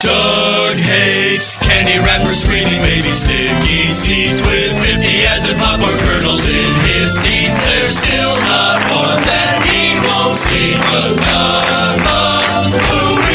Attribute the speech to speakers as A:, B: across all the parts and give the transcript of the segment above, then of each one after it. A: Doug hates candy wrappers, screaming baby sticky seeds with 50 acid popcorn kernels in his teeth. There's still not one that he won't see, 'cause Doug loves movies.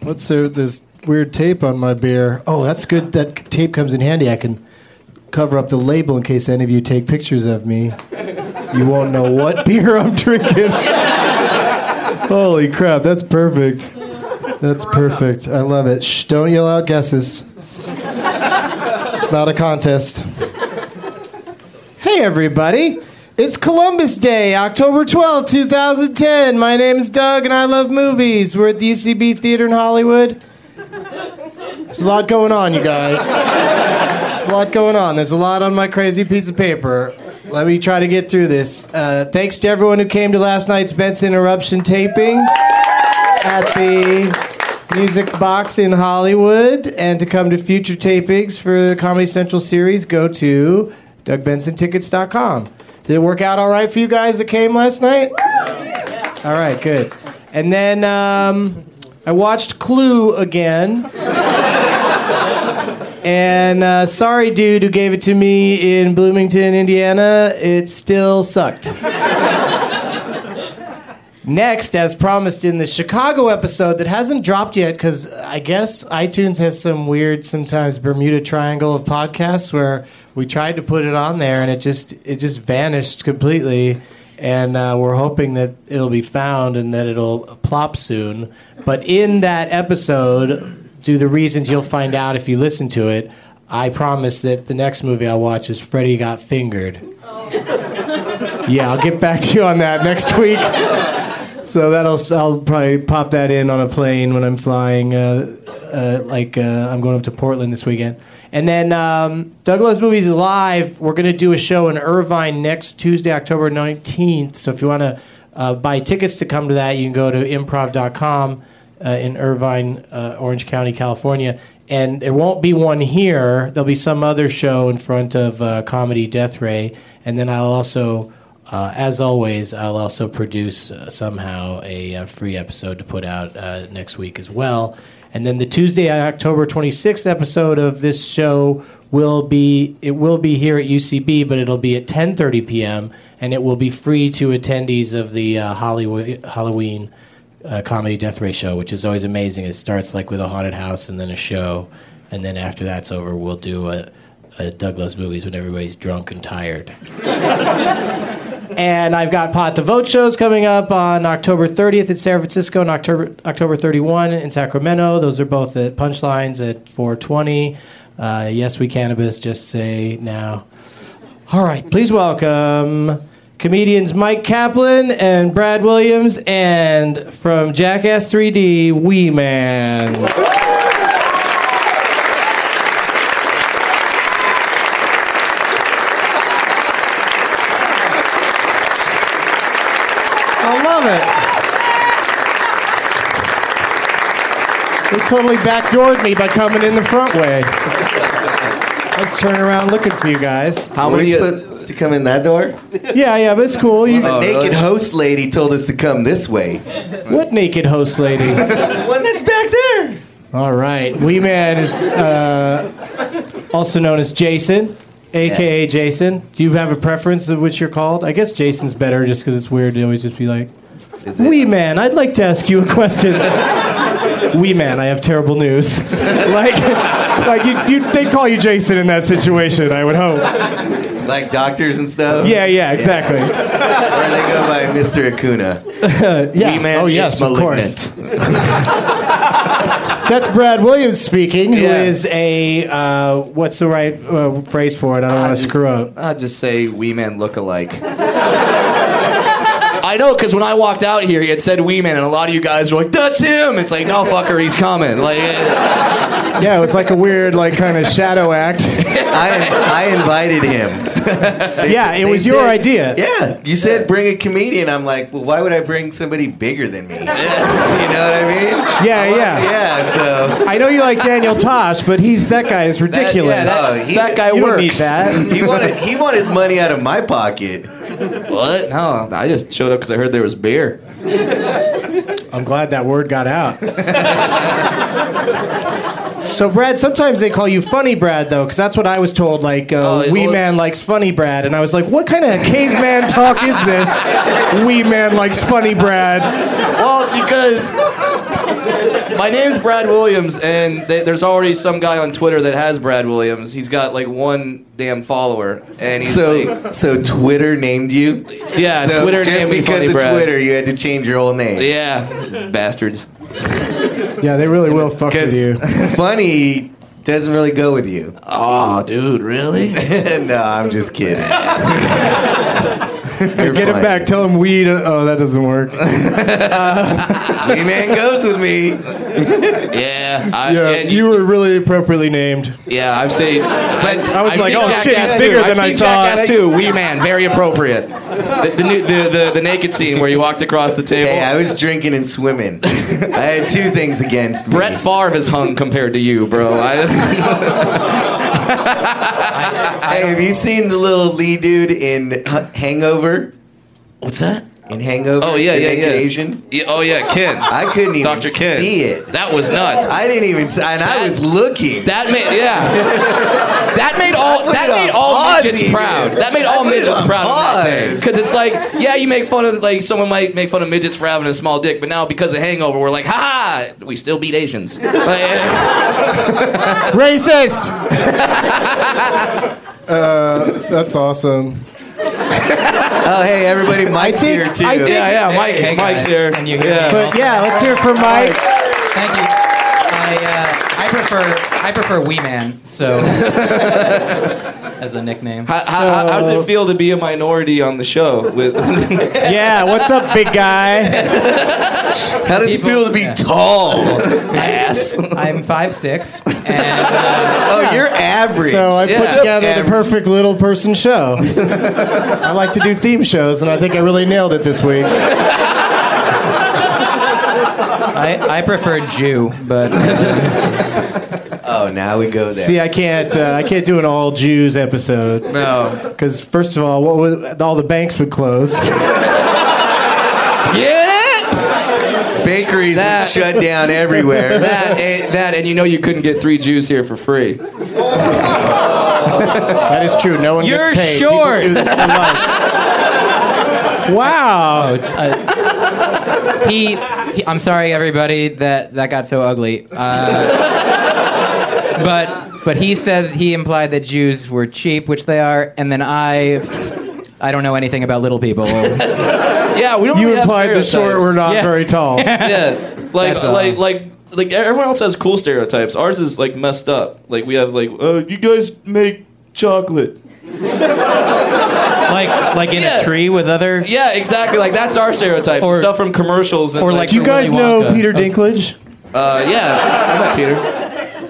B: What's there, there's weird tape on my beer? Oh, that's good. That tape comes in handy. I can cover up the label in case any of you take pictures of me. You won't know what beer I'm drinking. Holy crap, that's perfect. That's perfect. I love it. Shh, don't yell out guesses. It's not a contest. Hey, everybody. It's Columbus Day, October twelfth, two 2010. My name is Doug, and I love movies. We're at the UCB Theater in Hollywood. There's a lot going on, you guys. There's a lot going on. There's a lot on my crazy piece of paper. Let me try to get through this. Uh, thanks to everyone who came to last night's Benson Interruption taping at the Music Box in Hollywood. And to come to future tapings for the Comedy Central series, go to DougBensonTickets.com. Did it work out all right for you guys that came last night? All right, good. And then um, I watched Clue again. And uh, sorry, dude, who gave it to me in Bloomington, Indiana. It still sucked. Next, as promised in the Chicago episode that hasn't dropped yet, because I guess iTunes has some weird, sometimes Bermuda Triangle of podcasts where we tried to put it on there and it just it just vanished completely. And uh, we're hoping that it'll be found and that it'll plop soon. But in that episode, due to reasons you'll find out if you listen to it, I promise that the next movie I watch is Freddy Got Fingered.
C: yeah, I'll get back to you on that next week. So that'll I'll probably pop that in on a plane when I'm flying. Uh, uh, like uh, I'm going up to Portland this weekend, and then um, Doug Loves Movies is live. We're gonna do a show in Irvine next Tuesday, October 19th. So if you want to uh, buy tickets to come to that, you can go to improv.com uh, in Irvine, uh, Orange County, California. And there won't be one here. There'll be some other show in front of uh, Comedy Death Ray, and then I'll also uh, as always, I'll also produce uh, somehow a, uh free episode to put out uh, next week as well. And then the Tuesday, uh, October 26th episode of this show will be it will be here at UCB, but it'll be at 10:30 p.m. and it will be free to attendees of the uh, Hollywood Halloween uh, comedy death ray show, which is always amazing. It starts like with a haunted house and then a show, and then after that's over, we'll do a, a Douglas movies when everybody's drunk and tired. And I've got Pot the Vote shows coming up on October 30th in San Francisco and October October 31 in Sacramento. Those are both at Punchlines at 420. Uh, yes, we cannabis. Just say now. All right, please welcome comedians Mike Kaplan and Brad Williams, and from Jackass 3D, Wee Man. I love it. They totally backdoored me by coming in the front way. I was turning around looking for you guys.
D: How many uh, supposed to come in that door?
C: Yeah, yeah, but it's cool. You,
E: Oh,
D: The naked host lady told us to come this way.
C: what naked host lady?
D: The one that's back there.
C: All right, Wee Man is uh, also known as Jason, aka Jason. Do you have a preference of which you're called? I guess Jason's better, just because it's weird to always just be like,
D: Is it-
C: Wee Man. I'd like to ask you a question. Wee Man, I have terrible news. like, like you, you, they call you Jason in that situation. I would hope.
D: Like doctors and stuff?
C: Yeah, yeah, exactly.
D: Or they go by Mr. Acuna.
C: Yeah.
D: Wee Man
C: oh
D: is
C: yes, of
D: malignant.
C: course. That's Brad Williams speaking, who
D: Yeah.
C: is a uh, what's the right uh, phrase for it? I don't want to screw up.
E: I'll just say Wee Man look alike. I know, because when I walked out here, he had said Wee Man, and a lot of you guys were like, that's him! It's like, no, fucker, he's coming. Like, eh.
C: Yeah, it was like a weird, like kind of shadow act.
D: I, I invited him. They-
C: Yeah, it
D: they
C: was your
D: said-
C: idea.
D: Yeah, you said bring a comedian. I'm like, well, why would I bring somebody bigger than me? you know what I mean?
C: Yeah, yeah.
D: Yeah, so
C: I know you like Daniel Tosh, but he's that guy is ridiculous.
E: yeah,
D: that-
C: You
D: he-
E: that guy
C: don't
E: works.
C: need that.
D: he wanted he wanted money out of my pocket.
E: What? No, I just showed up because I heard there was beer.
C: I'm glad that word got out. So Brad, sometimes they call you Funny Brad though, because that's what I was told. Like, uh,
E: Oh,
C: Wee
E: well-
C: Man likes Funny Brad, and I was like, what kind of caveman talk is this? Wee Man likes Funny Brad.
E: Well, because my name's Brad Williams, and th- there's already some guy on Twitter that has Brad Williams. He's got like one damn follower, and he's like,
D: So so Twitter named you.
E: yeah,
D: So
E: Twitter
D: just
E: named me
D: because
E: Funny
D: of
E: Brad.
D: Twitter, you had to change your whole name.
E: Yeah, bastards.
C: Yeah, they really will fuck with you.
D: Because funny doesn't really go with you.
E: Oh, dude, really?
D: no, I'm just kidding.
C: Get him back. Tell him weed. Oh, that doesn't work.
D: Hey man goes with me.
E: Yeah, I,
C: Yeah,
E: and
C: you were really appropriately named.
E: Yeah, I've seen. But I
C: was like, oh, shit, he's bigger
E: I've
C: than I
E: seen
C: thought.
E: Jackass too. Wee man, very appropriate. The, the, new- the, the, the naked scene where you walked across the table.
D: Hey, I was drinking and swimming. I had two things against me.
E: Brett Favre is hung compared to you, bro. I,
D: Hey, have you seen the little Lee dude in H- Hangover?
E: what's that?
D: In Hangover?
E: Oh yeah,
D: the
E: yeah,
D: naked
E: yeah.
D: Asian?
E: Yeah, oh yeah, Ken.
D: I couldn't even
E: Dr. Ken.
D: see it.
E: That was nuts.
D: I didn't even, s- and I was looking.
E: That made yeah. That made all
D: put
E: that
D: it on
E: made all
D: pause
E: midgets
D: even.
E: proud. That made
D: I
E: all
D: put it
E: midgets
D: on
E: proud of that thing.
D: pause.
E: Because it's like, yeah, you make fun of like someone might make fun of midgets for having a small dick, but now because of hangover, we're like, ha ha, we still beat Asians. Like,
C: Racist. Uh, that's awesome.
D: oh, hey, everybody, Mike's
C: think-
D: here too.
C: I think-
E: yeah, yeah, Mike, Mike's here.
F: Can you hear
E: yeah.
F: me?
C: But yeah, let's hear from Mike.
F: Thank you. I, uh, I prefer I prefer Wee Man. So as a nickname.
E: How, how, how- how does it feel to be a minority on the show? With
C: Yeah, what's up, big guy?
D: How does it feel to be tall?
E: ass.
F: I'm five six, and
D: Oh, you're average.
C: So I put
E: Yeah.
C: together
D: Average.
C: the perfect little person show. I like to do theme shows, and I think I really nailed it this week.
F: I, I prefer Jew, but
D: oh, now we go there.
C: See, I can't, uh, I can't do an all Jews episode.
D: no.
C: Because first of all, what was, all the banks would close.
E: Get it?
D: Bakeries
E: That-
D: shut down everywhere.
E: That and, that and you know you couldn't get three Jews here for free.
C: that is true. No one
F: You're
C: gets paid.
F: short.
C: People do this for life. wow.
F: he, he. I'm sorry, everybody, that that got so ugly. Uh, but but he said he implied that Jews were cheap, which they are, and then I. I don't know anything about little people.
E: Yeah, we don't.
C: You
E: really have
C: implied the short
E: stereotypes.
C: were not
F: Yeah.
C: very tall.
E: Yeah, like
F: That's all.
E: like like. Like everyone else has cool stereotypes. Ours is like messed up. Like we have like, oh, you guys make chocolate.
F: like like in
E: Yeah.
F: a tree with other.
E: Yeah, exactly. Like that's our stereotype.
F: Or-
E: Stuff from commercials and
F: or,
E: like,
F: like,
C: Do you
F: Willy
C: guys know
F: Wonka.
C: Peter Dinklage?
E: uh, yeah, I met Peter.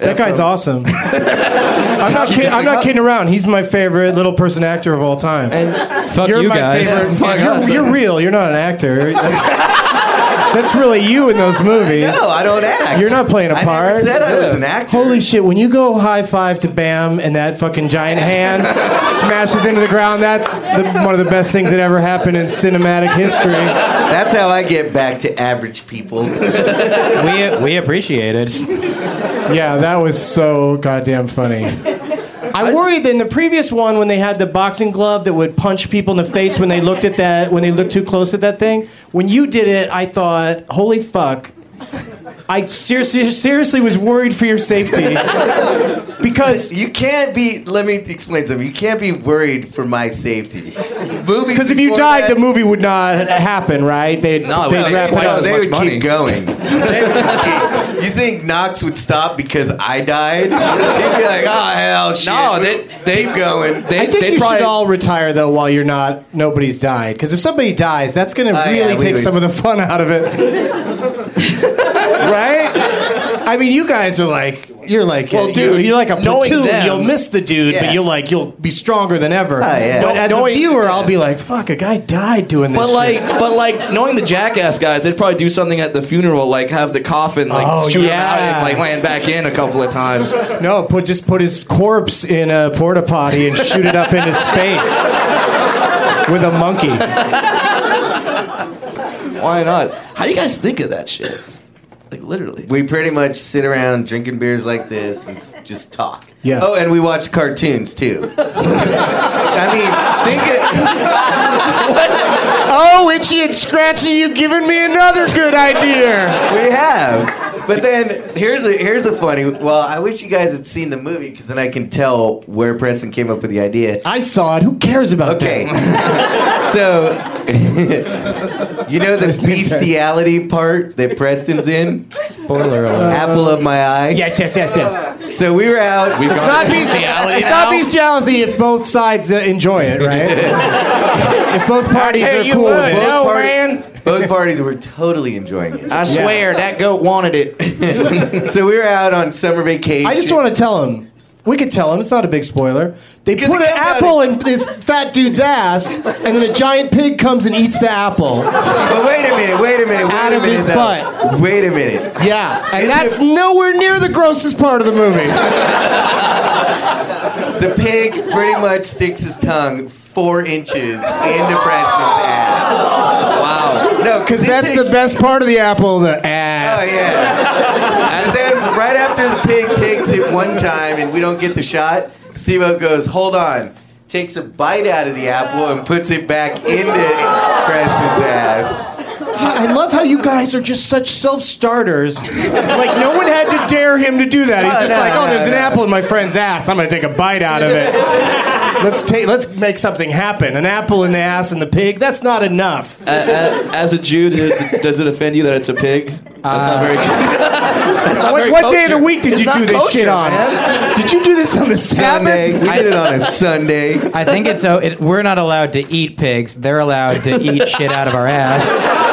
C: That guy's awesome. I'm not, kid- I'm not kidding around. He's my favorite little person actor of all time.
F: Fuck
C: you're
F: you
C: my
F: guys.
C: favorite.
D: Fuck
C: you're,
D: us.
C: you're real. You're not an actor. That's, that's really you in those movies.
D: No, I don't act.
C: You're not playing a
D: I
C: part.
D: never said I was an actor.
C: Holy shit, when you go high five to Bam and that fucking giant hand smashes into the ground, that's the, one of the best things that ever happened in cinematic history.
D: That's how I get back to average people.
F: We we appreciate it.
C: Yeah, that was so goddamn funny. I worried that in the previous one when they had the boxing glove that would punch people in the face when they looked at that when they looked too close at that thing. When you did it, I thought, holy fuck. I seriously, seriously was worried for your safety because
D: You can't be. Let me explain something. You can't be worried for my safety. Movies.
C: Because if you
D: before
C: died,
D: that-
C: the movie would not ha- happen, right? They'd,
E: No, it
C: they'd
E: would be
C: wrap it
E: twice
C: up.
E: as
D: they
E: much
D: would
E: money.
D: keep going. They would just keep- you think Knox would stop because I died? He'd be like, oh hell, shit.
E: No,
D: we-
E: they- they-
D: keep going.
E: They,
C: I think
E: they
C: you
E: probably,
C: should all retire though while you're not nobody's died. Because if somebody dies, that's going to
D: Oh, yeah,
C: really
D: we
C: take
D: would-
C: some of the fun out of it, right? I mean, you guys are like you're like
E: Well,
C: you're-
E: dude,
C: you're like a
E: knowing
C: platoon.
E: them- Oh,
C: you'll miss the dude,
D: Yeah.
C: but you'll like you'll be stronger than ever.
D: yeah.
C: But as
E: Knowing-
C: a viewer, I'll be like, fuck, a guy died doing this.
E: But
C: shit.
E: like, but like, knowing the jackass guys, they'd probably do something at the funeral, like have the coffin, like
C: Oh,
E: shoot 'em
C: yeah.
E: out and like land back in a couple of times.
C: No, put just put his corpse in a porta potty and shoot it up into space with a monkey.
E: Why not? How do you guys think of that shit? Like literally.
D: We pretty much sit around drinking beers like this and s- just talk.
C: Yeah.
D: Oh, and we watch cartoons too. I mean, think it.
C: Oh, itchy and scratchy, you giving me another good idea.
D: We have. But then here's a here's a funny. Well, I wish you guys had seen the movie because then I can tell where Preston came up with the idea.
C: I saw it. Who cares about
D: Okay.
C: that?
D: so, you know the
C: Preston's
D: bestiality part that Preston's in?
F: Spoiler alert.
D: Apple of my eye.
C: Yes, yes, yes, yes.
D: So we were out. We've
C: It's not bestiality. It's not bestiality if both sides uh, enjoy it, right? if both parties
E: Hey,
C: are
E: you
C: cool
E: would.
C: with it.
E: No, man.
D: Both parties were totally enjoying it.
E: I swear that goat wanted it.
D: So we were out on summer vacation.
C: I just want to tell him. We could tell him. It's not a big spoiler. They
D: Because
C: put
D: it
C: an
D: comes out
C: apple in this fat dude's ass, and then a giant pig comes and eats the apple.
D: But wait a minute. Wait a minute. Wait
C: Out
D: a
C: of
D: minute.
C: his
D: though.
C: butt.
D: Wait a minute.
C: Yeah, and that's nowhere near the grossest part of the movie.
D: The pig pretty much sticks his tongue four inches into Preston's ass. Wow. No,
C: Because that's the best part of the apple, the ass.
D: Oh yeah. and then right after the pig takes it one time and we don't get the shot, Steve goes, "Hold on." Takes a bite out of the apple and puts it back into Preston's ass.
C: I love how you guys are just such self-starters. Like no one had to dare him to do that. He's
D: Oh,
C: just
D: no,
C: like, oh,
D: no,
C: there's an
D: no.
C: apple in my friend's ass. I'm gonna take a bite out of it. Let's take. Let's make something happen. An apple in the ass and the pig. That's not enough.
E: As a Jew, does it, does it offend you that it's a
D: Ah.
E: pig? That's not very. That's not
C: what
E: very
C: what day
E: kosher.
C: of the week did
E: It's
C: you
E: not
C: do this
E: kosher,
C: shit on?
E: man.
C: Did you do this on a Sunday?
D: Sunday. We did it on a Sunday.
F: I think it's so. It, we're not allowed to eat pigs. They're allowed to eat shit out of our ass.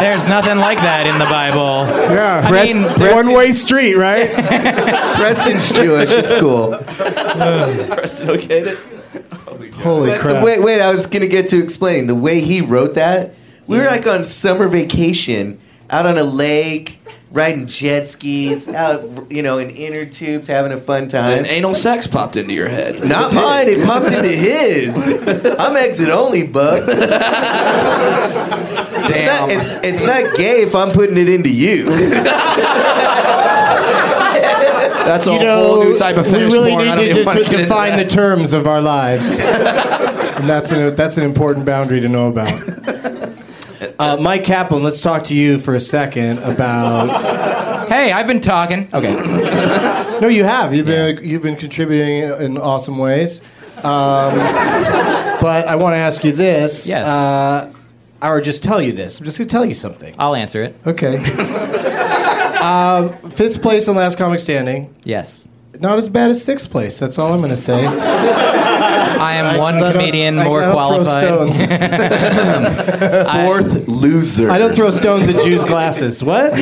F: There's nothing like that in the Bible.
C: Yeah.
F: I mean,
C: one way street, right?
D: Preston's Jewish. It's cool.
E: Preston okayed it.
C: Holy
D: But the
C: crap.
D: way, wait, I was gonna get to explain the way he wrote that. We were like on summer vacation, out on a lake, riding jet skis, out you know in inner tubes, having a fun time.
E: And anal sex popped into your head.
D: Not mine. It popped into his. I'm exit only, buck. Damn. It's not, it's, it's not gay if I'm putting it into you.
E: That's a
C: you know,
E: whole new type of
C: we
E: fetish
C: really
E: porn. I
C: need
E: don't
C: to,
E: even
C: to-
E: wanna
C: to
E: get into
C: define the
E: that.
C: terms of our lives, and that's an that's an important boundary to know about. Uh, Mike Kaplan, let's talk to you for a second about.
F: Hey, I've been talking. Okay.
C: No, you have you've been you've been contributing in awesome ways, um, but I want to ask you this.
F: Yes.
C: Uh, or just tell you this. I'm just gonna tell you something.
F: I'll answer it.
C: Okay. um, fifth place in last comic standing.
F: Yes.
C: Not as bad as sixth place. That's all I'm gonna say.
F: I am
C: I-
F: one
C: I don't-
F: comedian
C: I- I
F: more
C: don't throw
F: qualified.
C: stones.
D: Fourth loser.
C: I don't throw stones at Jews' glasses. What?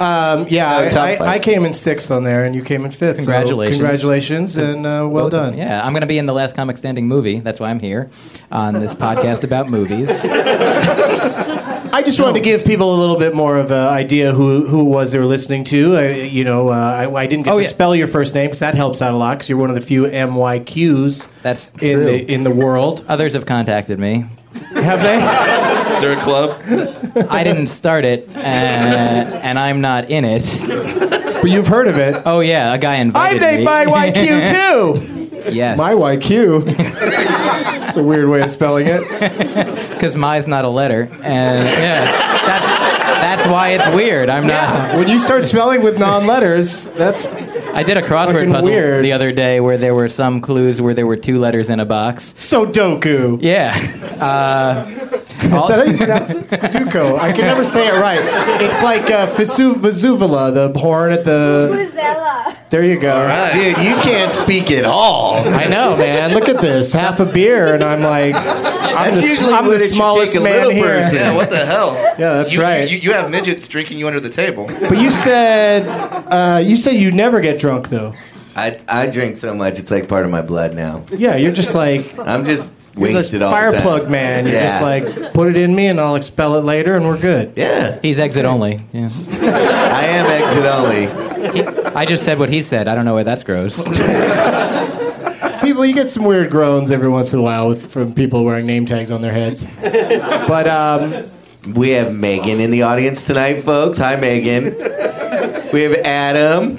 C: um, yeah,
D: No, top
C: I,
D: five.
C: I, I came in sixth on there, and you came in fifth. so
F: Congratulations.
C: congratulations, and uh, well done.
F: Yeah, I'm going to be in the last comic standing movie. That's why I'm here on this podcast about movies.
C: I just wanted to give people a little bit more of an idea who who it was they were listening to. I, you know, uh, I, I didn't get
F: Oh,
C: to
F: yeah.
C: spell your first name because that helps out a lot because you're one of the few MYQs
F: That's
C: in
F: true.
C: the in the world.
F: Others have contacted me.
C: Have they?
E: Is there a club?
F: I didn't start it, uh, and I'm not in it.
C: but you've heard of it.
F: Oh yeah, a guy
C: I
F: invited
C: made
F: me.
C: my YQ too.
F: yes,
C: My YQ. It's a weird way of spelling it.
F: because my's not a letter, and yeah, that's that's why it's weird. I'm not.
C: When you start spelling with non-letters, that's
F: I did a crossword
C: Fucking
F: puzzle
C: weird.
F: the other day where there were some clues where there were two letters in a box.
C: Sudoku.
F: Yeah,
C: Is that how you pronounce it? Sudoku. I can never say it right. It's like uh, Vesu- Vesuvula, the horn at the. There you go.
D: Dude, you can't speak at all.
C: I know, man. Look at this. Half a beer, and I'm like, I'm
D: That's
C: the,
D: usually
C: I'm the
D: what it should
C: smallest
D: take a
C: man
D: little
C: here.
D: person.
E: Yeah, what the hell?
C: Yeah, that's
E: You-
C: right.
E: You, you have midgets drinking you under the table.
C: But you said, uh, you said you never get drunk though.
D: I, I drink so much, it's like part of my blood now.
C: Yeah, you're just like
D: I'm just
C: you're this
D: wasted all the time.
C: fireplug man. You're
D: Yeah.
C: just like put it in me, and I'll expel it later, and we're good.
D: Yeah,
F: he's exit only. Yeah,
D: I am exit only.
F: I just said what he said. I don't know why that's gross.
C: people you get some weird groans every once in a while with, from people wearing name tags on their heads but um,
D: We have Megan in the audience tonight, folks. Hi, Megan. We have Adam,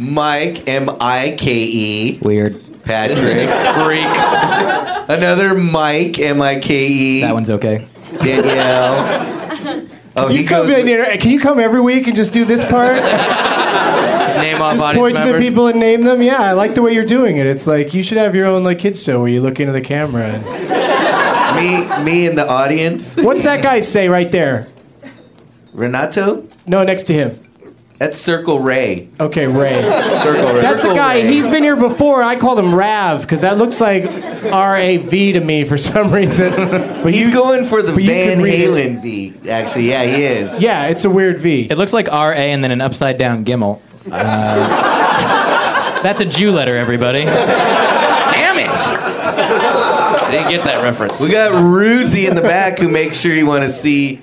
D: Mike, M I K E,
F: Weird.
D: Patrick,
E: Freak.
D: another Mike, M I K E,
F: That one's okay.
D: Danielle. Oh,
C: you
D: he
C: come
D: goes-
C: in here can you come every week and just do this part
E: Just name off
C: just
E: audience
C: point to the
E: members.
C: people and name them yeah i like the way you're doing it it's like you should have your own like kids show where you look into the camera and
D: me, me in the audience.
C: what's that guy say right there
D: Renato,
C: no next to him
D: that's Circle Ray.
C: okay ray
E: Circle right.
C: that's a
D: Circle
C: guy
D: Ray.
C: he's been here before i called him rav because that looks like r-a-v to me for some reason but
D: He's going for the
C: but you
D: Van
C: can read it.
D: Halen beat, actually. Yeah, he is.
C: yeah it's a weird v
F: It looks like RA and then an upside down Gimmel. Uh, that's a Jew letter, everybody.
E: Damn it! I didn't get that reference.
D: We got Ruzy in the back who makes sure you want to see.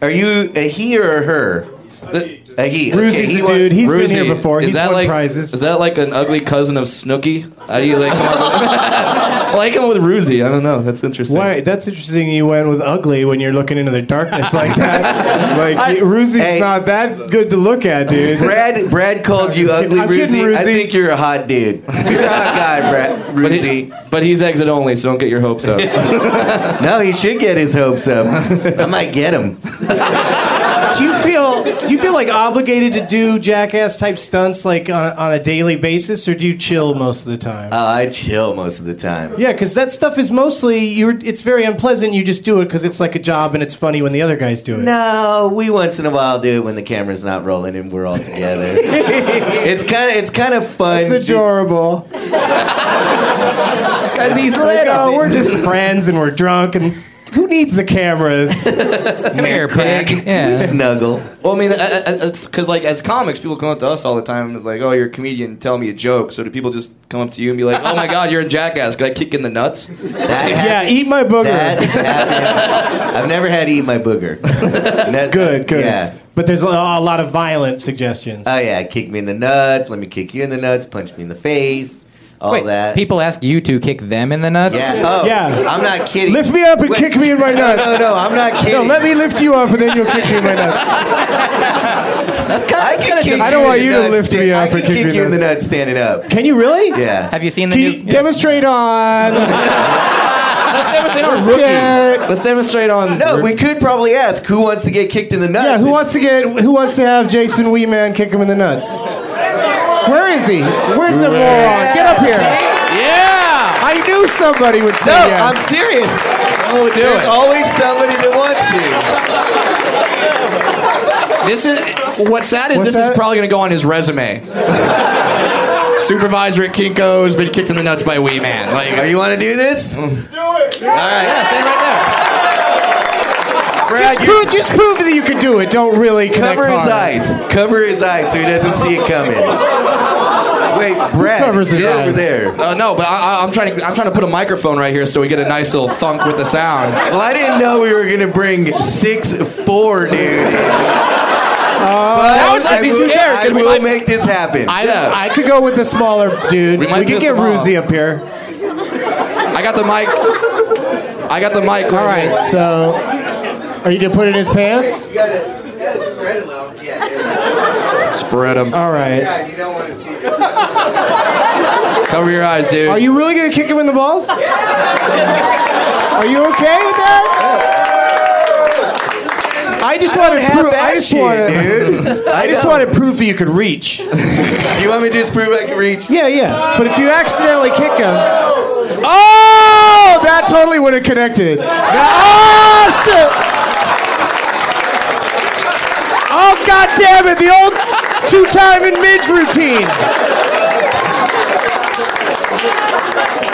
D: Are you a he or a her? A he. Okay,
C: Ruzy's
D: he
C: the
D: wants-
C: dude. He's
E: Ruzy,
C: been here before.
E: is
C: He's
E: that
C: won
E: like,
C: prizes.
E: Is that like an ugly cousin of Snooky? How do you like come up with, like him with Ruzy? I don't know. That's interesting.
C: Why? That's interesting. You went with ugly when you're looking into the darkness like that. like Ruzy's
D: Hey.
C: not that good to look at, dude.
D: Brad, Brad called you ugly,
C: I'm kidding,
D: Ruzy. I
C: Ruzy.
D: think you're a hot dude. You're a hot guy, Brad.
E: But,
D: Ruzy.
E: he- but he's exit only, so don't get your hopes up.
D: No, he should get his hopes up. I might get him.
C: do you feel do you feel like obligated to do jackass type stunts like on, on a daily basis, or do you chill most of the time?
D: Uh, I chill most of the time.
C: yeah, because that stuff is mostly you're. It's very unpleasant. You just do it because it's like a job, and it's funny when the other guys do it.
D: No, we once in a while do it when the camera's not rolling and we're all together. it's kind of it's kind of fun.
C: It's adorable.
D: because these
C: Like,
D: little.
C: oh, we're just friends and we're drunk and who needs the cameras?
F: Come here, pig. Yeah.
D: snuggle.
E: Well, I mean, I- I- I- it's because like as comics, people come up to us all the time and it's like, "Oh, you're a comedian. Tell me a joke." So do people just come up to you and be like, "Oh my God, you're a jackass. Can I kick in the nuts?"
D: That
C: yeah,
D: happened-
C: eat my booger.
D: that happened. I've never had to eat my booger. That-
C: good, good.
D: Yeah.
C: But there's a, a lot of violent suggestions.
D: Oh yeah, kick me in the nuts. Let me kick you in the nuts. Punch me in the face. All
F: Wait,
D: that.
F: people ask you to kick them in the nuts?
D: Yeah. Oh,
C: Yeah.
D: I'm not kidding.
C: lift me up and
D: Wait.
C: kick me in my
D: No,
C: nuts.
D: no, no. I'm not kidding.
C: No, let me lift you up and then you'll kick me in my nuts.
D: That's kind of. I can kick
C: I don't
D: in
C: want
D: the
C: you to
D: nuts
C: lift
D: sta-
C: me up
D: I can
C: and kick me in
D: you in
C: the
D: the nuts standing up.
C: Can you really?
D: Yeah.
F: Have you seen the
C: Can you
F: new?
C: demonstrate on?
F: Let's demonstrate on
C: Yeah.
E: Let's demonstrate on.
D: No, we could probably ask who wants to get kicked in the nuts.
C: yeah, who wants to get? Who wants to have Jason Weeman kick him in the nuts? Where is he? Where's the moron? Get up here!
E: Yeah.
C: I knew somebody would say
D: No,
C: yes.
D: I'm serious.
E: Oh, do
D: There's
E: it.
D: always somebody that wants
E: This is what's sad is
C: What's
E: this is
C: that?
E: probably gonna go on his resume. Supervisor at Kinko has been kicked in the nuts by Wee Man. Like, Mm.
D: to. Are Oh, you want to do this? Do it. All right.
E: yeah, stand right
D: Brad, you
C: Prove- just prove that you can do it. Don't really connect
D: cover his
C: hard.
D: eyes. Cover his eyes so he doesn't see it coming. Wait, Brad,
C: covers his
D: you're over
C: eyes?
D: there.
E: there. Uh, no, but I, I- I'm trying to I'm trying to put a microphone right here so we get a nice little thunk with the sound.
D: Well, I didn't know we were gonna bring six four, dude.
E: Uh, That was
D: I
E: actually
D: will,
E: scared, 'cause
D: I
E: we
D: will
E: might-
D: make this happen.
C: I,
E: Yeah.
C: I could go with the smaller dude.
E: We
C: We,
E: might
C: could
E: piss
C: get
E: him off.
C: Ruzy up here.
E: I got the mic. I got the mic.
C: All right, so are you gonna put it in his pants?
D: you gotta, you gotta spread it out. Yeah,
E: Spread them.
C: All right.
D: you don't want to see it.
E: Cover your eyes, dude.
C: Are you really gonna kick him in the balls? Are you okay with that? I just want to
D: Have
C: prove. I
D: that
C: just
D: shit,
C: want to.
D: dude.
C: I just
D: know.
C: want to prove that you could reach.
D: Do you want me to just prove I can reach?
C: Yeah, yeah. But if you accidentally kick him. Oh! That totally would have connected. That- oh, shit! Oh, god damn it. The old two time and midge routine.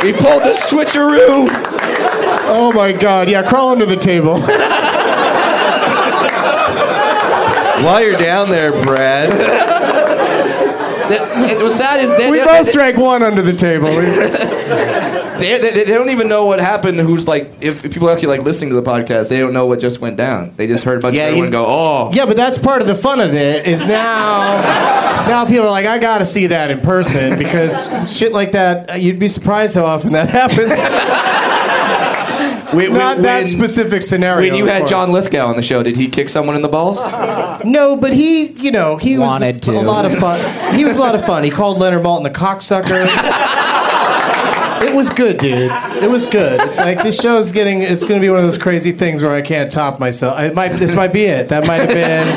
E: He pulled the switcheroo.
C: Oh, my god. Yeah, crawl under the table.
D: While you're down there, Brad.
E: That- and What's sad is they,
C: We
E: they-
C: both drank one under the table.
E: they, they, they don't even know what happened. Who's like, if, if people actually like listening to the podcast, they don't know what just went down. They just heard a bunch
D: Yeah,
E: of
D: you-
E: everyone go, oh.
C: Yeah, but that's part of the fun of it is now now people are like, I gotta see that in person because shit like that, uh, you'd be surprised how often that happens.
E: When-
C: Not
E: when-
C: that
E: when-
C: specific scenario.
E: When you
C: of
E: had
C: course.
E: John Lithgow on the show, did he kick someone in the balls?
C: No, but he, you know, he
F: Wanted
C: was a
F: to.
C: lot of fun. He was a lot of fun. He called Leonard Malton a cocksucker. it was good, dude. It was good. It's like this show's getting. It's going to be one of those crazy things where I can't top myself. It might. This might be it. That might have been.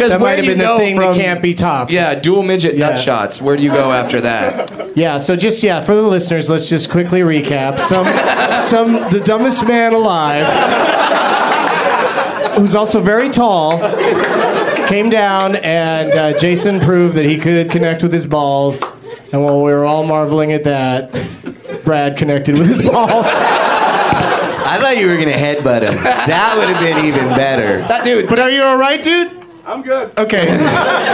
E: 'Cause
C: That
E: where
C: might
E: do
C: have
E: you
C: been
E: go
C: the thing
E: from-
C: that can't be topped.
E: Yeah, dual midget
C: Yeah.
E: nut shots. Where do you go after that?
C: Yeah, so just yeah, for the listeners, let's just quickly recap. Some some the dumbest man alive who's also very tall came down and uh, Jason proved that he could connect with his balls. And while we were all marveling at that, Brad connected with his balls.
D: I thought you were gonna headbutt him. That would have been even better.
E: That dude.
C: But are you all right, dude?
G: I'm good.
C: Okay.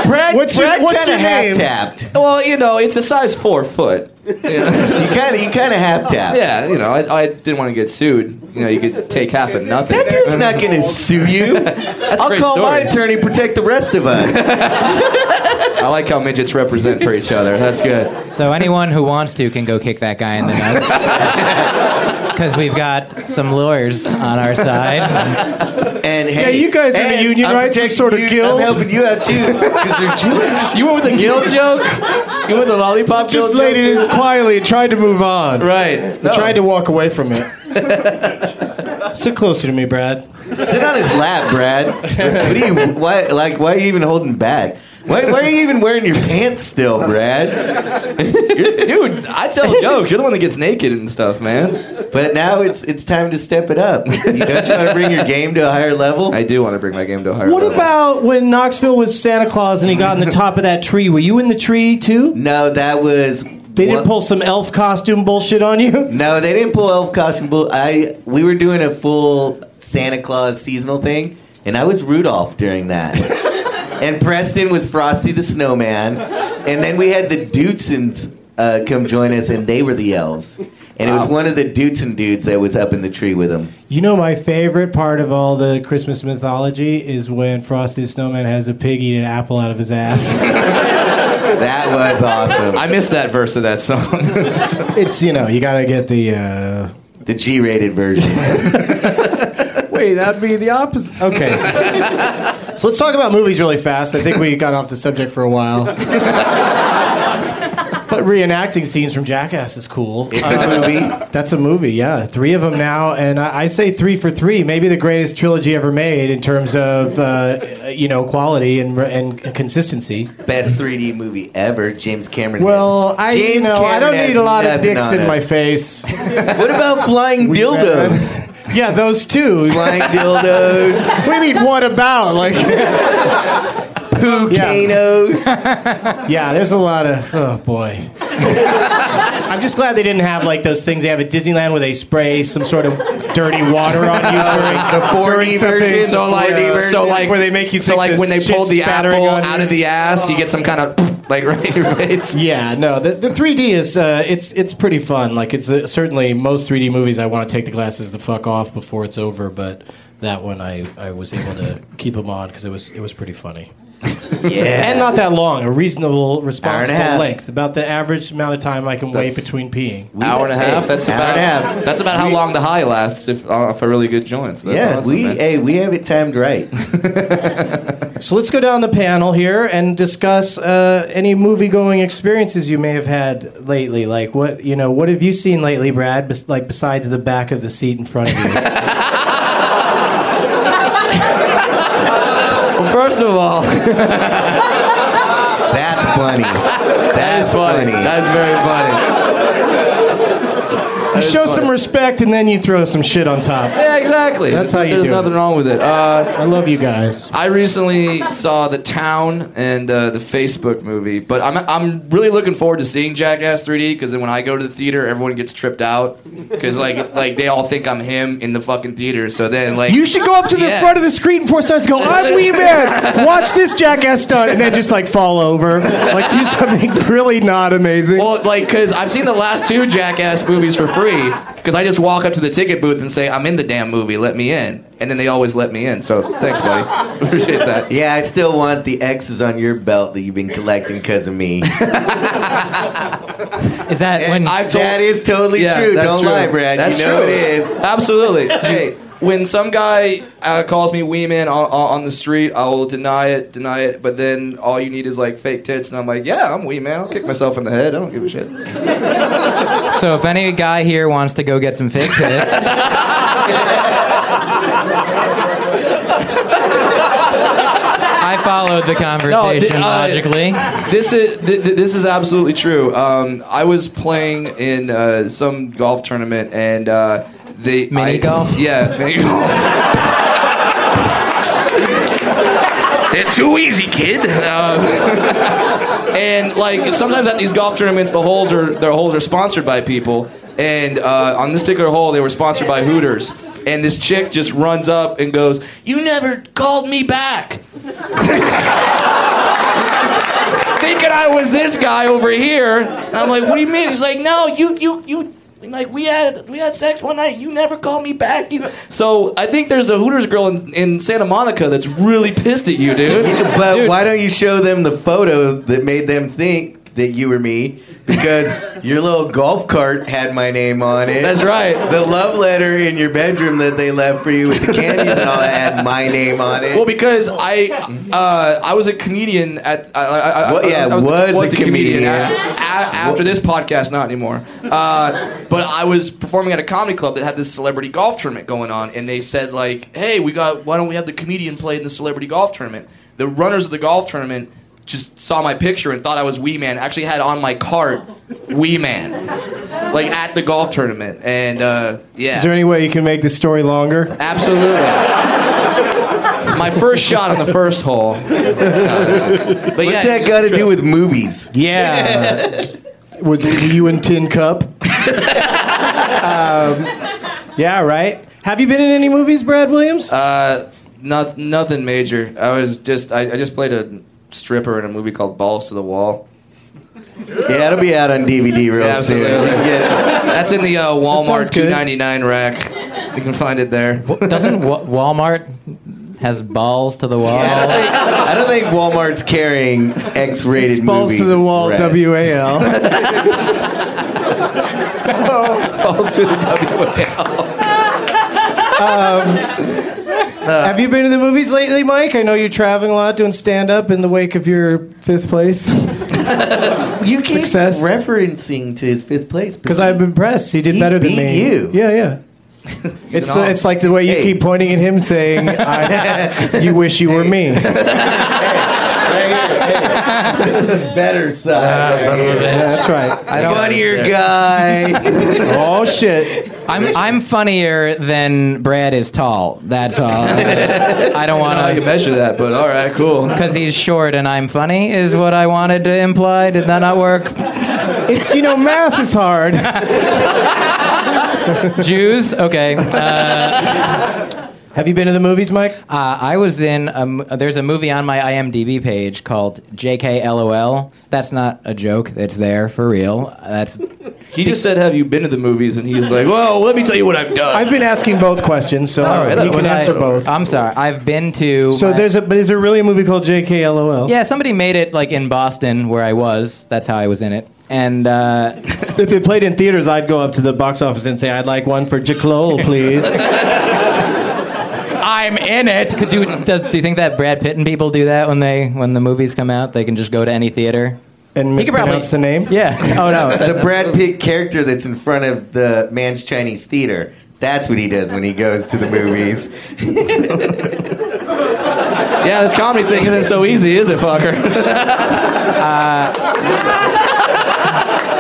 D: Brad,
C: What's your-
D: Brad
C: what's
D: kinda
C: your name?
D: half tapped.
E: Well, you know, it's a size four foot.
D: You kinda you kinda half tapped.
E: Yeah, you know, I, I didn't want to get sued. You know, you could take half of nothing.
D: That dude's not gonna sue you. I'll
E: great
D: call my
E: story.
D: attorney, protect the rest of us.
E: I like how midgets represent for each other. That's good.
F: So anyone who wants to can go kick that guy in the nuts. Because we've got some lawyers on our side.
D: And hey,
C: you guys are the
D: and
C: union,
D: I'm
C: right? Some
D: protecting
C: sort of
D: you,
C: guild?
D: I'm helping you out too, because they're Jewish.
E: You went with the guild joke? You went with the lollipop
C: Just
E: guild
C: laid it in quietly and tried to move on.
E: Right.
C: Tried to walk away from it. Sit closer to me, Brad.
D: Sit on his lap, Brad. What are you? Why? Like, why are you even holding back? Why, why are you even wearing your pants still, Brad?
E: Dude, I tell jokes. You're the one that gets naked and stuff, man.
D: But now it's it's time to step it up. Don't you want to bring your game to a higher level?
E: I do want to bring my game to a higher
C: What
E: level.
C: about when Knoxville was Santa Claus and he got in the top of that tree? Were you in the tree too?
D: No, that was.
C: They didn't pull some elf costume bullshit on you?
D: No, they didn't pull elf costume. Bull- I we were doing a full Santa Claus seasonal thing, and I was Rudolph during that. and Preston was Frosty the Snowman, and then we had the Dudesons uh, come join us, and they were the elves. And it was one of the Dudson dudes that was up in the tree with him.
C: You know, my favorite part of all the Christmas mythology is when Frosty the Snowman has a pig eat an apple out of his ass.
D: That was awesome.
E: I missed that verse of that song.
C: it's, you know, you gotta get the. Uh...
D: the G-rated version.
C: Wait, that'd be the opposite. Okay. so let's talk about movies really fast. I think we got off the subject for a while. but reenacting scenes from Jackass is cool.
D: It's a movie.
C: That's a movie, yeah. Three of them now, and I, I say three for three. Maybe the greatest trilogy ever made in terms of uh, you know quality and and consistency.
D: Best 3D movie ever. James Cameron.
C: Well,
D: has-
C: I
D: James
C: you know I
D: Cameron
C: don't
D: has
C: need a lot of
D: nothing
C: dicks
D: on
C: in
D: it.
C: my face.
D: What about flying dildos?
C: yeah, those two. what
D: flying dildos,
C: do you mean? What about like?
D: volcanoes.
C: Yeah, there's a lot of oh boy. I'm just glad they didn't have like those things they have at Disneyland where they spray some sort of dirty water on you during
D: the 4D version.
E: so like,
D: the 4D version.
E: so like,
C: Where they make you
E: so
C: think
E: like
C: this
E: when they
C: shit's
E: pulled the
C: spattering
E: apple
C: on
E: out
C: you.
E: of the ass, you get some kind of like right in your face.
C: Yeah, no, the, the 3D is uh, it's it's pretty fun. Like it's uh, certainly most 3D movies. I want to take the glasses the fuck off before it's over, but that one I, I was able to keep them on because it was it was pretty funny
D: yeah.
C: and not that long, a reasonable, responsible
D: half.
C: length, about the average amount of time I can wait
E: That's-
C: between peeing.
E: Hour and a half.
D: Hey,
E: that's
D: hour
E: about.
D: and a half.
E: That's about how
D: We-
E: long the high lasts if uh, if a really good joint. So that's
D: yeah,
E: awesome,
D: we
E: man.
D: hey, we have it timed right.
C: So let's go down the panel here and discuss uh, any movie-going experiences you may have had lately. Like what you know, what have you seen lately, Brad? Bes- like besides the back of the seat in front of you.
E: Well, first of all,
D: That's funny. That's
E: that's funny.
D: funny.
E: That's very funny.
C: You show some respect and then you throw some shit on top.
E: Yeah, exactly.
C: That's how you
E: There's
C: do
E: nothing
C: it.
E: wrong with it. Uh,
C: I love you guys.
E: I recently saw The Town and uh, the Facebook movie, but I'm I'm really looking forward to seeing Jackass 3D because then when I go to the theater, everyone gets tripped out because like like they all think I'm him in the fucking theater. So then like
C: You should go up to the
E: Yeah.
C: front of the screen four times and go, I'm Wee Man, watch this jackass stunt, and then just like fall over. Like do something really not amazing.
E: Well, like, because I've seen the last two Jackass movies for free, because I just walk up to the ticket booth and say, I'm in the damn movie, let me in. And then they always let me in, so thanks, buddy. Appreciate that.
D: Yeah, I still want the X's on your belt that you've been collecting because of me.
F: Is that when
E: I've told-
D: that is totally
E: Yeah,
D: true.
E: that's
D: Don't
E: true.
D: lie, Brad.
E: That's
D: you know
E: true.
D: it is.
E: Absolutely. Hey, when some guy uh, calls me wee man on, on on the street, I will deny it, deny it, but then all you need is, like, fake tits, and I'm like, yeah, I'm wee man. I'll kick myself in the head. I don't give a shit.
F: So if any guy here wants to go get some fake tits, I followed the conversation
E: uh,
F: logically.
E: this is th- th- this is absolutely true. Um, I was playing in uh, some golf tournament and uh, they
F: Mini
E: I-
F: golf?
E: Yeah, mini golf. They're too easy, kid. Um, and like sometimes at these golf tournaments, the holes are their holes are sponsored by people. And uh, on this particular hole, they were sponsored by Hooters. And this chick just runs up and goes, "You never called me back." thinking I was this guy over here. And I'm like, what do you mean? He's like, no, you, you, you. Like we had we had sex one night. You never called me back. You, so I think there's a Hooters girl in, in Santa Monica that's really pissed at you, dude.
D: But why don't you show them the photo that made them think that you were me because your little golf cart had my name on it.
E: That's right.
D: The love letter in your bedroom that they left for you with the candies and all that had my name on it.
E: Well, because I uh, I was a comedian at I, I, I,
D: Well, yeah,
E: I was,
D: was
E: was
D: a comedian.
E: a- a- after this podcast, not anymore. Uh, but I was performing at a comedy club that had this celebrity golf tournament going on, and they said like, "Hey, we got why don't we have the comedian play in the celebrity golf tournament?" The runners of the golf tournament just saw my picture and thought I was Wee Man. Actually, had on my cart Wee Man, like at the golf tournament, and uh, yeah.
C: Is there any way you can make this story longer?
E: Absolutely. My first shot on the first hole. Uh, but yeah,
D: What's that got to do with movies?
C: Yeah. Was it you in Tin Cup? um, yeah, right. Have you been in any movies, Brad Williams?
E: uh, noth- nothing major. I was just I, I just played a stripper in a movie called Balls to the Wall.
D: Yeah, it'll be out on DVD real
E: Yeah,
D: soon.
E: absolutely.
D: Yeah.
E: That's in the uh,
C: sounds
E: Walmart
C: good.
E: two ninety nine rack. You can find it there.
F: Doesn't Wa- Walmart has balls to the wall?
D: I don't think- I don't think Walmart's carrying X-rated
C: Balls
D: movies.
C: to the wall,
D: Right.
C: W A L.
E: Balls to the WL.
C: Um, Have you been to the movies lately, Mike? I know you're traveling a lot, doing stand up in the wake of your fifth place.
D: You keep
C: Success.
D: referencing to his fifth place
C: Because I'm impressed. He did
D: He
C: better
D: beat
C: than me.
D: you.
C: Yeah, yeah. It's, the,
E: off.
C: it's like the way you
D: Hey.
C: keep pointing at him saying, I, You wish you were me.
D: better
E: Ah,
D: side.
C: Yeah, that's right.
F: I don't-
D: Funnier guy.
C: Oh, shit.
F: I'm I'm funnier than Brad is tall. That's all. I don't
E: I don't know how
F: want
E: you
F: to
E: measure that, but all right, cool.
F: because he's short and I'm funny is what I wanted to imply. Did that not work?
C: It's, you know, math is hard.
F: Jews? Okay. Uh,
C: Have you been to the movies, Mike?
F: uh, I was in. A, m- uh, there's a movie on my IMDb page called JKLOL. That's not a joke. It's there for real. That's
E: He just said, "Have you been to the movies?" And he's like, "Well, let me tell you what I've done."
C: I've been asking both questions, so
E: right, that
C: you can
E: was-
C: answer
E: I-
C: both.
F: I'm sorry. I've been to.
C: so
F: my-
C: there's a, but is there really a movie called JKLOL?
F: Yeah, somebody made it like in Boston where I was. That's how I was in it. And uh,
C: If it played in theaters, I'd go up to the box office and say, I'd like one for JKLOL, please.
F: I'm in it. Could do, does, do you think that Brad Pitt and people do that when they when the movies come out? They can just go to any theater.
C: and
F: He could probably-
C: mispronounce the name?
F: Yeah. Oh no.
D: the Brad Pitt character that's in front of the man's Chinese theater. That's what he does when he goes to the movies.
E: yeah, this comedy thing isn't so easy, is it, fucker?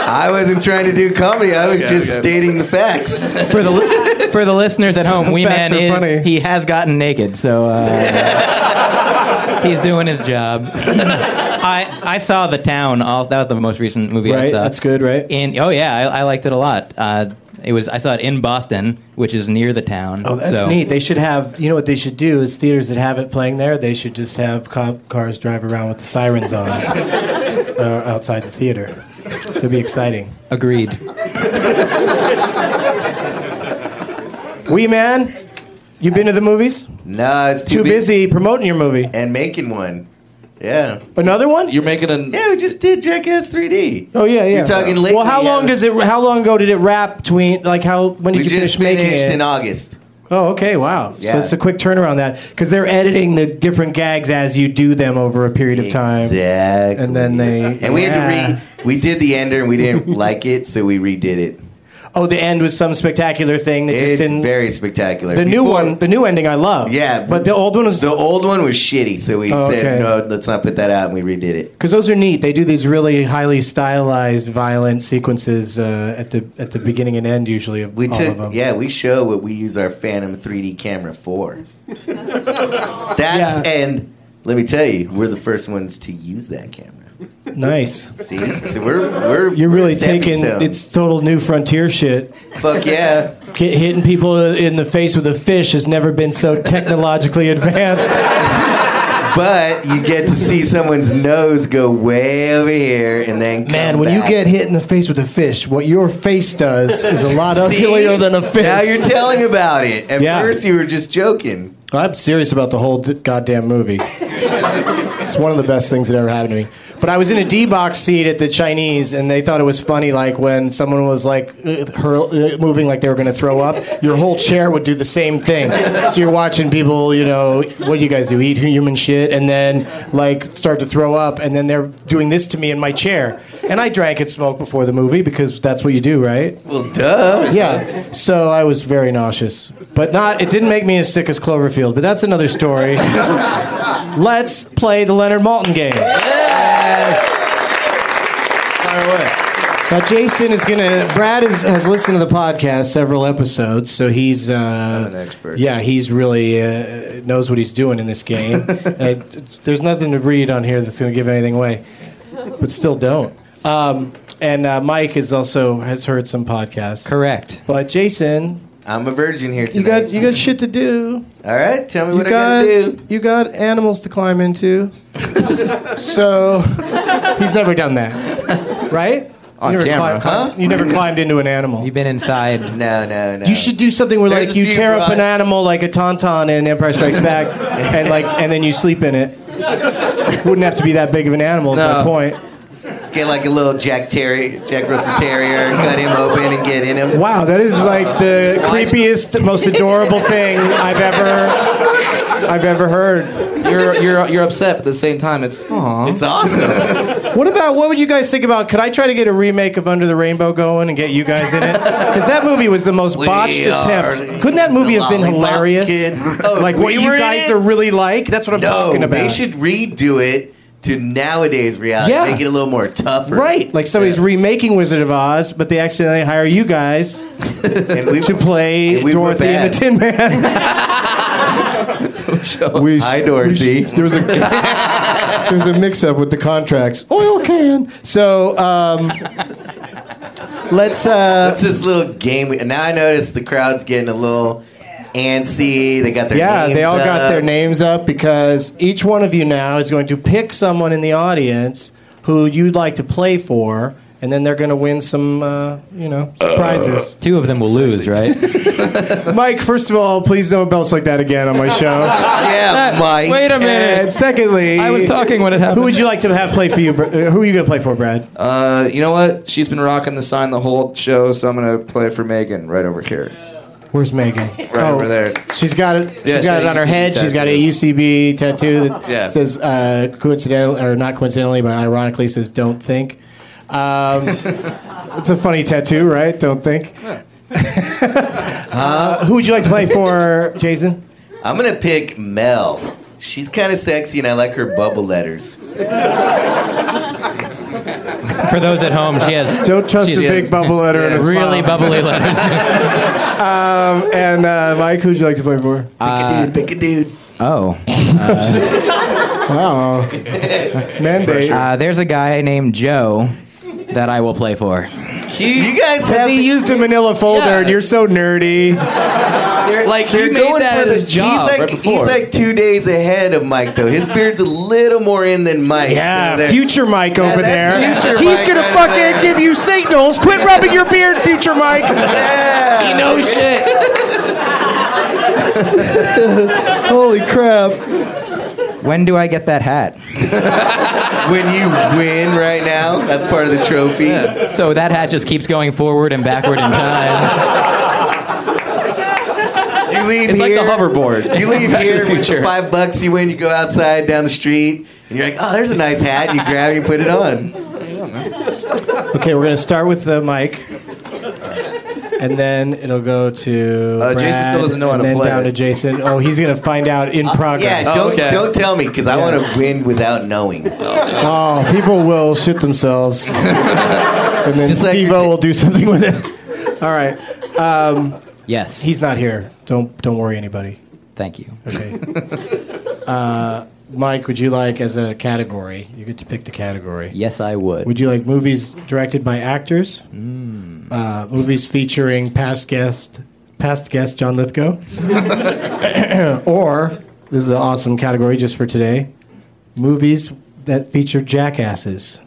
D: I wasn't trying to do comedy. I was
E: Okay,
D: just
E: okay.
D: stating the facts.
F: For the li- for the listeners at home, Wee
C: Facts
F: Man
C: are
F: is
C: funny.
F: he has gotten naked, so uh, he's doing his job. I I saw The Town. All, that was the most recent movie I
C: Right?
F: saw.
C: That's good, right?
F: In oh uh, yeah, I, I liked it a lot. Uh, it was I saw it in Boston, which is near the town.
C: Oh, that's
F: so-
C: neat. They should have, you know what they should do is theaters that have it playing there, they should just have cop cars drive around with the sirens on uh, outside the theater. It'd be exciting.
F: Agreed.
C: Wee Man, you been to the movies?
D: Nah, it's too,
C: Too
D: bu-
C: busy promoting your movie.
D: and making one. Yeah.
C: Another one?
E: You're making an
D: Yeah, we just did Jackass 3D.
C: Oh yeah, yeah.
D: You're talking lately.
C: Well, how long
D: yeah.
C: does it? How long ago did it wrap? Between like how when did
D: We
C: you finish
D: just
C: making
D: finished
C: it?
D: in August.
C: oh, okay, wow. So
D: Yeah.
C: it's a quick turnaround that because they're editing the different gags as you do them over a period of time.
D: Exactly.
C: And then they-
D: and we had
C: Yeah.
D: to re. We did the ender and we didn't like it, so we redid it.
C: Oh, the end was some spectacular thing that just
D: It's
C: didn't.
D: very spectacular.
C: the new
D: Before-
C: one, the new ending, I love.
D: Yeah,
C: but the old one was
D: The old one was shitty, so we
C: Oh, okay.
D: said no. Let's not put that out, and we redid it.
C: because those are neat. They do these really highly stylized, violent sequences uh, at the at the beginning and end usually of
D: We
C: all
D: took
C: of them.
D: yeah, we show what we use our Phantom 3D camera for. That's
C: Yeah.
D: and let me tell you, we're the first ones to use that camera.
C: nice.
D: See, so we're we're
C: You're
D: we're
C: really
D: stepping
C: taking
D: stones.
C: it's total new frontier shit.
D: fuck yeah.
C: Get, hitting people in the face with a fish has never been so technologically advanced.
D: But you get to see someone's nose go way over here and then come
C: Man, when
D: back.
C: you get hit in the face with a fish, what your face does is a lot
D: See?
C: uglier than a fish.
D: Now you're telling about it. At
C: Yeah.
D: first you were just joking.
C: I'm serious about the whole d- goddamn movie. it's one of the best things that ever happened to me. But But I was in a D box seat at the Chinese, and they thought it was funny, like when someone was like uh, hurl, uh, moving like they were going to throw up, your whole chair would do the same thing. So you're watching people, you know, what do you guys do? Eat human shit, and then like start to throw up, and then they're doing this to me in my chair. And I drank and smoked before the movie because that's what you do, right?
D: Well, duh.
C: Yeah. So I was very nauseous, but not. It didn't make me as sick as Cloverfield, but that's another story. Let's play the Leonard Malton game.
D: Fire away.
C: Now Jason is gonna. Brad is, has listened to the podcast several episodes, so he's uh,
D: an expert.
C: Yeah, he's really uh, knows what he's doing in this game. uh, t- there's nothing to read on here that's gonna give anything away, but still don't. Um, and uh, Mike is also has heard some podcasts.
F: Correct.
C: But Jason,
D: I'm a virgin here
C: you
D: tonight.
C: got you got shit to do.
D: All right, tell me
C: You
D: what
C: got
D: I gotta do.
C: you got animals to climb into. so he's never done that, right?
E: On
C: you never
E: camera,
C: climbed,
D: huh?
C: You never climbed into an animal.
F: You've been inside.
D: No, no, no.
C: You should do something where
D: There's
C: like
D: a
C: you
D: few
C: tear up
D: broad-
C: an animal like a tauntaun in Empire Strikes Back, and like and then you sleep in it. Wouldn't have to be that big of an animal. Is my
E: No.
C: point.
D: get like a little Jack Terry, Jack Russell Terrier, and cut him open and get in him.
C: Wow, that is like the creepiest, most adorable thing I've ever I've ever heard.
E: You're, you're, you're upset, but at the same time, it's. Aw.
D: It's awesome.
C: What about what would you guys think about? Could I try to get a remake of Under the Rainbow going and get you guys in it? Because that movie was the most
D: We
C: botched
D: are
C: attempt.
D: the
C: Couldn't that movie have been
D: Lollipop
C: hilarious?
D: Kids. Oh,
C: like what
D: we
C: you
D: were in
C: guys
D: it?
C: are really like. That's what I'm
D: No,
C: talking about.
D: they should redo it to nowadays reality.
C: Yeah.
D: Make it a little more tougher.
C: Right, like somebody's remaking Wizard of Oz, but they accidentally hire you guys
D: And we
C: to play
D: and we were
C: Dorothy and
D: bad.
C: the Tin Man. we,
D: Hi, Dorothy.
C: there was a there was a mix-up with the contracts. Oil can. So um, let's. Uh,
D: What's this little game? We, now I notice the crowd's getting a little antsy. They got their
C: yeah,
D: names
C: they all got
D: up.
C: their names up because each one of you now is going to pick someone in the audience who you'd like to play for, and then they're going to win some, uh, you know, prizes.
F: Two of them will lose, right?
C: Mike, first of all, please don't belch like that again on my show.
D: Yeah, Mike.
F: Wait a
C: and
F: minute.
C: secondly,
F: I was talking when it happened.
C: Who would you like to have play for you? Br- uh, Who are you going to play for, Brad?
E: Uh, you know what? She's been rocking the sign the whole show, so I'm gonna play for Megan right over here.
C: Where's Megan? Oh,
E: Right over there.
C: She's got it.
E: Yeah,
C: she's got
E: she's got
C: it on her
E: a
C: head.
E: UCB
C: She's got a
E: tattoo.
C: UCB tattoo that
E: Yeah.
C: says uh, coincidentally or not coincidentally, but ironically says "Don't think." Um, it's a funny tattoo, right? Don't think. Uh, who would you like to play for, Jason?
D: I'm gonna pick Mel. She's kind of sexy, and I like her bubble letters.
F: For those at home, she has
C: Don't trust a
F: She
C: big
F: is.
C: bubble letter and a smile.
F: really bubbly letters.
C: And uh, Mike, who'd you like to play for?
D: Pick a dude. Pick a dude.
F: oh.
C: Wow. Mandate.
F: Uh, there's a guy named Joe that I will play for.
D: you guys have
C: Has he
D: the-
C: used a manila folder
E: Yeah.
C: and you're so nerdy?
D: They're,
E: Like, he
D: they're
E: made
D: going
E: that
D: for
E: at
D: the-
E: his job
D: He's like,
E: right before.
D: he's like two days ahead of Mike, though. His beard's a little more in than Mike. so
C: Yeah,
D: they're-
C: future Mike over there.
D: that's future
C: He's
D: Mike
C: gonna
D: right
C: fucking
D: there.
C: give you signals. Quit rubbing your beard, future Mike.
D: Yeah.
E: No shit.
C: Holy crap.
F: When do I get that hat?
D: When you win right now, that's part of the trophy.
F: So that hat just keeps going forward and backward in time.
D: You leave
E: It's like
D: here.
E: the hoverboard.
D: You leave
E: Back to
D: here
E: the
D: with the
E: future.
D: five bucks you win. You go outside down the street, and you're like, "Oh, there's a nice hat." You grab, it, you put it on.
C: Okay, we're gonna start with uh, Mike. And then it'll go to
E: Uh,
C: Brad,
E: Jason still doesn't know how
C: and
E: to
C: then
E: play
C: down
E: it.
C: to Jason. Oh, he's gonna find out in
D: Yeah,
C: progress.
D: don't
E: okay.
D: don't tell me because I want to win without knowing.
C: Oh, people will shit themselves, and then
D: Just like-
C: Steve O will do something with it. All right,
F: Yes.
C: he's not here. Don't don't worry anybody.
F: Thank you.
C: Okay. Uh, Mike, would you like as a category? You get to pick the category.
F: Yes, I would.
C: Would you like movies directed by actors?
E: Hmm.
C: Uh, movies featuring past guest, past guest John Lithgow, or this is an awesome category just for today. Movies that feature jackasses.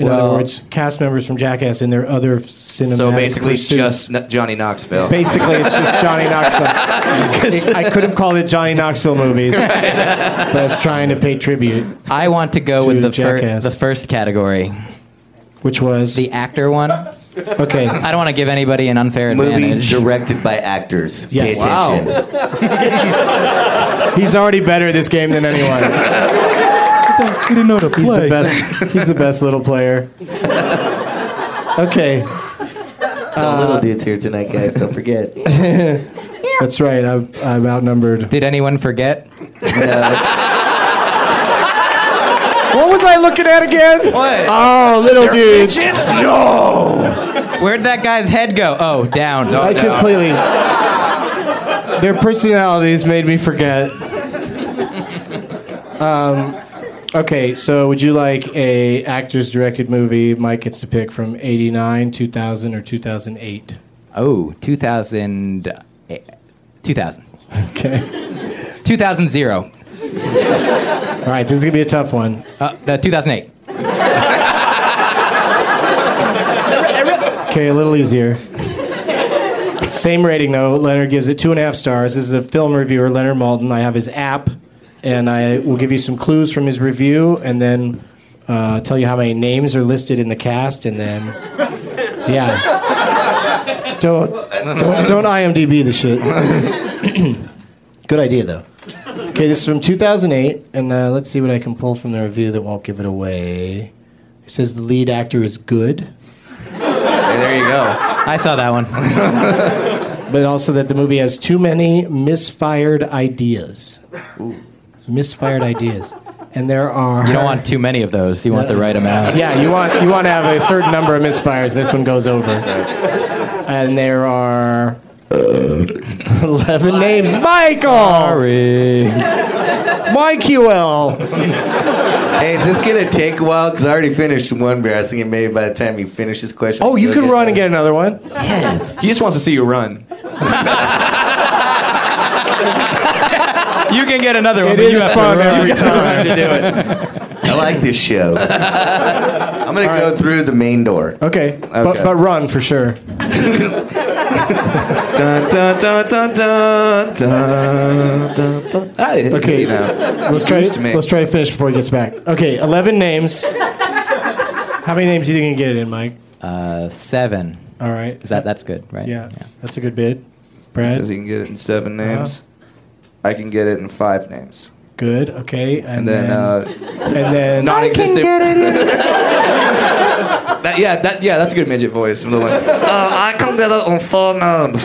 C: In
F: Well-
C: other words, cast members from Jackass in their other cinematic
E: So basically, it's
C: pursuits.
E: just N- Johnny Knoxville.
C: Basically, it's just Johnny Knoxville. It- I could have called it Johnny Knoxville movies, but I was trying to pay tribute,
F: I want to go with
C: To
F: the, fir-
C: Jackass.
F: the first category,
C: which was
F: the actor one. I
C: okay.
F: don't want to give anybody an unfair
D: Movies
F: advantage.
D: directed by actors. Pay
C: Yes. Wow.
D: attention.
C: He's already better at this game than anyone. He's the best. He's the best little player. Okay,
D: It's all little dudes here tonight, guys. Don't forget.
C: that's right. I'm, I'm outnumbered.
F: Did anyone forget?
C: What was I looking at again?
E: What?
C: Oh, little dudes.
F: Where'd that guy's head go? Oh, down.
E: No.
C: I completely. Their personalities made me forget. Um, okay, so would you like a actors directed movie? Mike gets to pick from '89, 2000, or 2008.
F: Oh, 2000. eh, 2000.
C: Okay.
F: 2000. Uh,
C: All right, this is gonna be a tough one.
F: Uh, the 2008.
C: Okay, a little easier. Same rating though. Leonard gives it two and a half stars. This is a film reviewer, Leonard Malton. I have his app, and I will give you some clues from his review, and then uh, tell you how many names are listed in the cast, and then yeah. Don't don't don't IMDb the shit. Good idea though. Okay, this is from 2008, and uh, let's see what I can pull from the review that won't give it away. It says the lead actor is good.
E: Hey, there you go.
F: I saw that one.
C: but also that the movie has too many misfired ideas. Misfired ideas, and there are.
F: You don't want too many of those. You want the right amount.
C: Yeah, you want you want to have a certain number of misfires. This one goes over, and there are Uh. eleven names. Michael,
F: Sorry.
C: Mike Ewell.
D: hey, is this gonna take a while? Cause I already finished one beer. I was thinking maybe by the time you finish this question.
C: Oh, you
D: you'll
C: could run and get another
D: another.
C: one.
D: Yes.
E: He just wants to see you run.
F: You can get another one.
C: It
F: but you
C: is
F: have to
C: fun
F: run.
C: every time to do it.
D: I like this show. I'm gonna go through the main door.
C: Okay, But, but run for sure.
E: Dun, dun, dun, dun, dun, dun, dun, dun. I,
C: Okay.
E: You know,
C: Let's try.
E: Used to me.
C: Let's try to finish before he gets back. Okay, eleven names. How many names do you think you can get it in, Mike?
F: Uh, seven.
C: All right.
F: Is that that's good, right?
C: Yeah, that's a good bid. Brad,
E: says he can get it in seven
C: Uh-huh.
E: names. I can get it in five names.
C: good. Okay, and,
E: And
C: then,
E: then, uh,
C: and then
E: non-existent. that, yeah, that, yeah, that's a good midget voice. I'm like, uh, I can get it on four names.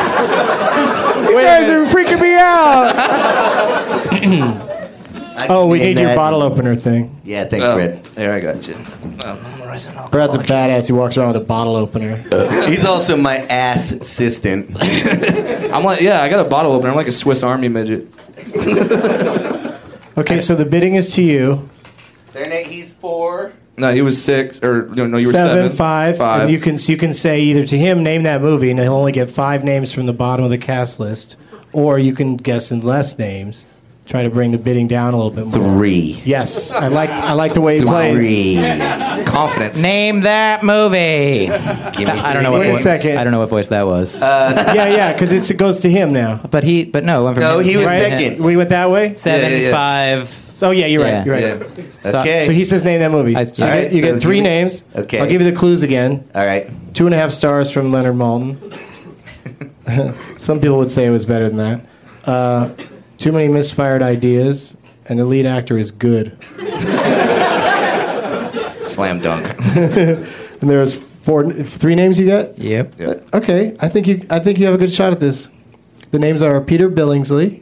C: you guys are freaking me out.
D: I
C: Oh,
D: can
C: we
D: name
C: need your
D: that.
C: bottle opener thing.
D: Yeah, thanks,
E: Oh,
D: Brett.
E: there, I got you. Oh, memorize it all.
C: Brad's a badass. He walks around with a bottle opener.
D: He's also my ass assistant.
E: I'm like, yeah, I got a bottle opener. I'm like a Swiss Army midget.
C: Okay, so the bidding is to you.
D: Their name, he's four.
E: No, he was six, or no, no, you were
C: Seven,
E: seven,
C: five,
E: five.
C: and you can you can say either to him, name that movie, and he'll only get five names from the bottom of the cast list, or you can guess in less names. Try to bring the bidding down a little bit more.
D: Three.
C: Yes, I like I like the way he plays.
D: Three.
E: confidence.
F: Name that movie.
D: Give me Uh,
F: I don't know what
C: Wait a
F: voice.
C: second.
F: I don't know what voice that was.
C: Yeah, yeah, because it goes to him now.
F: but he. But no. I'm from-
D: No, he was
F: Right?
D: second.
C: We went that way.
F: Seven
E: Yeah, yeah, yeah.
F: five.
C: Oh yeah, you're right.
F: Yeah.
C: You're right.
E: Yeah.
F: So-
D: Okay.
C: So he says name that movie.
F: I-
C: so you,
F: all
C: get,
D: right,
C: you
D: so
C: get three
D: give me-
C: names.
D: okay.
C: I'll give you the clues again.
D: All right.
C: Two and a half stars from Leonard Malton. Some people would say it was better than that. Uh, too many misfired ideas, and the lead actor is good.
D: Slam dunk.
C: And there's four, three names you got.
F: Yep.
C: Okay, I think you, I think you have a good shot at this. The names are Peter Billingsley.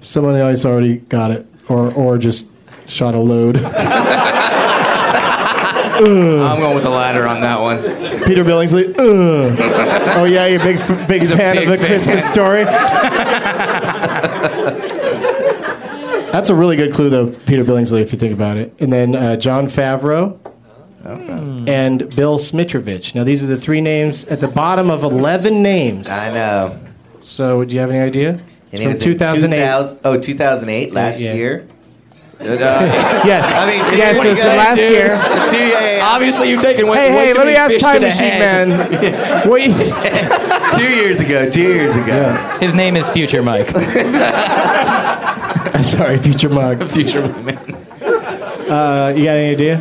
C: Someone else already got it, or or just shot a load.
E: I'm going with the latter on that one.
C: Peter Billingsley. Ugh. Oh yeah, you're a big f- big
E: a
C: fan
E: big
C: of the
E: fan.
C: Christmas story. That's a really good clue, though, Peter Billingsley, if you think about it. And then uh, John Favreau and Bill Smitrovich. Now, these are the three names at the bottom of 11 names.
D: I know.
C: So, do you have any idea? It's
D: And it was in 2000 oh, 2008, last
C: Yeah, yeah.
D: year.
E: Uh,
C: Yes.
D: I mean, dude,
C: yes.
D: what
C: So,
D: you
C: so
D: gotta
C: last
D: do-
C: year.
D: Dude, yeah,
E: obviously, you've taken way,
C: Hey,
E: way
C: hey,
E: too
C: let me
E: many
C: ask
E: fish
C: Time
E: to the
C: Machine
E: head.
C: Man. what you,
D: yeah. two years ago. Two years ago.
F: His name is Future Mike.
C: I'm sorry, Future Mug.
E: Future man.
C: Uh, you got any idea?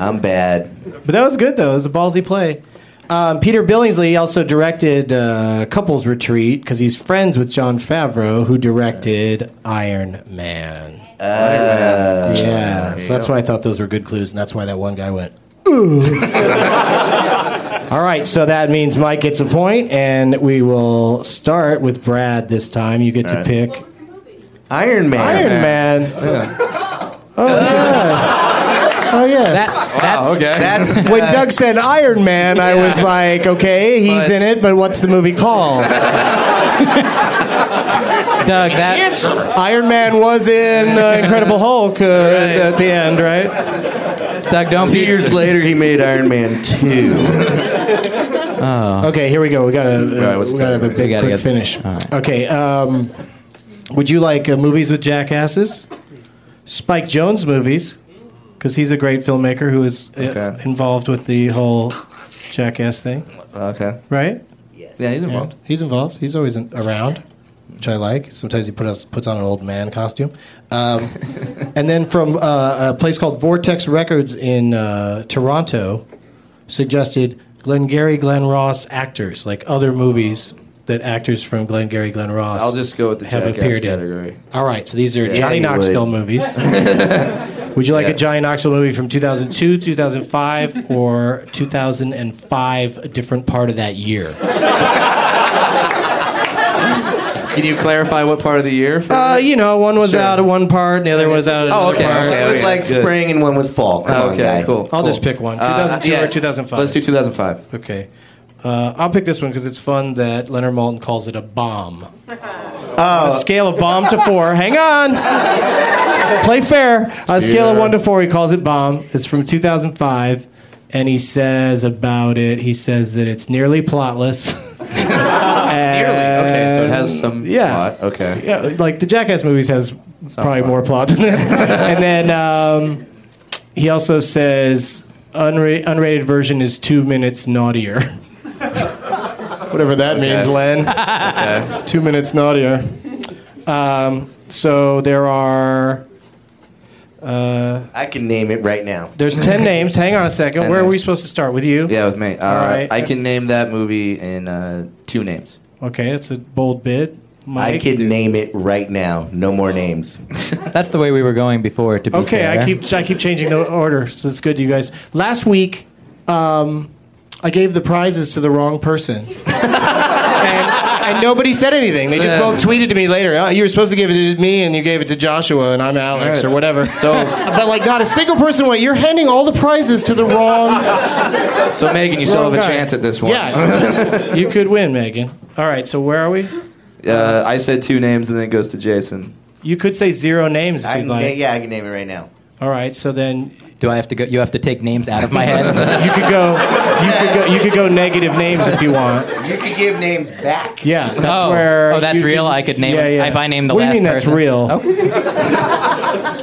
D: I'm bad.
C: But that was good though. It was a ballsy play. Um, Peter Billingsley also directed uh, Couples Retreat because he's friends with John Favreau, who directed Iron Man.
D: Uh,
C: yeah, so that's why I thought those were good clues, and that's why that one guy went. "Ooh." All right, so that means Mike gets a point, and we will start with Brad this time. You get to pick
D: Iron Man.
C: Iron Man. Oh yes. Oh yes.
F: That's, that's
E: Oh, okay.
D: Uh, That's
C: When Doug said Iron Man, I was like, okay, he's
E: But-
C: in it, but what's the movie called?
F: Doug. That
C: Iron Man was in uh, Incredible Hulk uh, at the end,
F: Uh-huh.
C: right?
F: Doug. Don't
D: two
F: be.
D: years later he made Iron Man two.
C: Okay, here we go. We gotta, uh,
E: what's-
C: we gotta have a big
F: gotta
C: quick
F: get-
C: finish.
F: all right.
C: Okay, um, would you like uh, movies with jackasses? Spike Jones movies, because he's a great filmmaker who is uh,
E: Okay.
C: involved with the whole jackass thing,
E: Okay.
C: right?
E: Yeah, he's involved.
C: He's involved. He's always in, around, which I like. Sometimes he put us, puts on an old man costume. Um, and then from uh, a place called Vortex Records in uh, Toronto, suggested Glengarry Glen Ross actors, like other movies that actors from Glengarry Glen Ross.
E: I'll just go with the
C: have
E: jackass
C: appeared in.
E: category.
C: All right, so these are Johnny
D: he would.
C: Knoxville movies. Would you like
E: Yeah.
C: a Johnny Knoxville movie from 2002, 2005, or 2005, a different part of that year?
E: Can you clarify what part of the year? For
C: Uh, you know, one was out of one part, and the other one was out of
E: Oh,
C: another
E: okay,
C: part.
E: okay.
D: It was
E: yeah,
D: like
E: that's good.
D: spring and one was fall. Come on,
E: okay,
D: guy.
E: cool.
C: I'll
E: cool.
C: just pick one.
E: Uh,
C: 2002
E: yeah.
C: or 2005?
E: Let's do 2005.
C: Okay. Uh, I'll pick this one because it's fun that Leonard Maltin calls it a bomb.
E: Oh.
C: On a scale of bomb to four. Hang on. Play fair. On a scale of one to four, he calls it bomb. It's from 2005. And he says about it, he says that it's nearly plotless.
E: Nearly. Okay, so it has some
C: yeah.
E: plot. Okay.
C: Yeah, like the Jackass movies has probably
E: plot.
C: more plot than this. and then um, he also says unra- unrated version is two minutes naughtier. Whatever that means, Len.
E: Okay.
C: two minutes naughtier. Um, so there are
D: I can name it right now.
C: there's ten names. Hang on a second.
E: Ten
C: Where are we
E: names.
C: supposed to start with you?
E: Yeah, with me. Uh,
C: All right.
E: I can name that movie in uh, two names.
C: Okay, that's a bold bid. Mike.
D: I can name it right now. No more names.
F: That's the way we were going before. To be
C: Okay,
F: fair.
C: I keep I keep changing the order, so it's good, you guys. Last week, um, I gave the prizes to the wrong person, and, and nobody said anything. They just
E: Yeah.
C: both tweeted to me later. Oh, you were supposed to give it to me, and you gave it to Joshua, and I'm Alex,
E: Right.
C: or whatever.
E: So-
C: but like, not a single person went. You're handing all the prizes to the wrong.
E: So Megan, you still
C: wrong
E: have a
C: guy."
E: chance at this one.
C: Yeah, you could win, Megan. All right, so where are we?
E: Uh, I said two names, and then it goes to Jason.
C: You could say zero names if
D: I
C: you'd
D: can,
C: like.
D: yeah, I can name it right now.
C: All right, so then
F: Do I have to go? You have to take names out of my head.
C: you could go. You could go. You could go negative names if you want.
D: You could give names back.
C: Yeah, that's
F: Oh.
C: where.
F: Oh, that's
C: you
F: real? I could name- if I name the
C: what do you
F: last
C: mean
F: person? Oh.
C: that's real?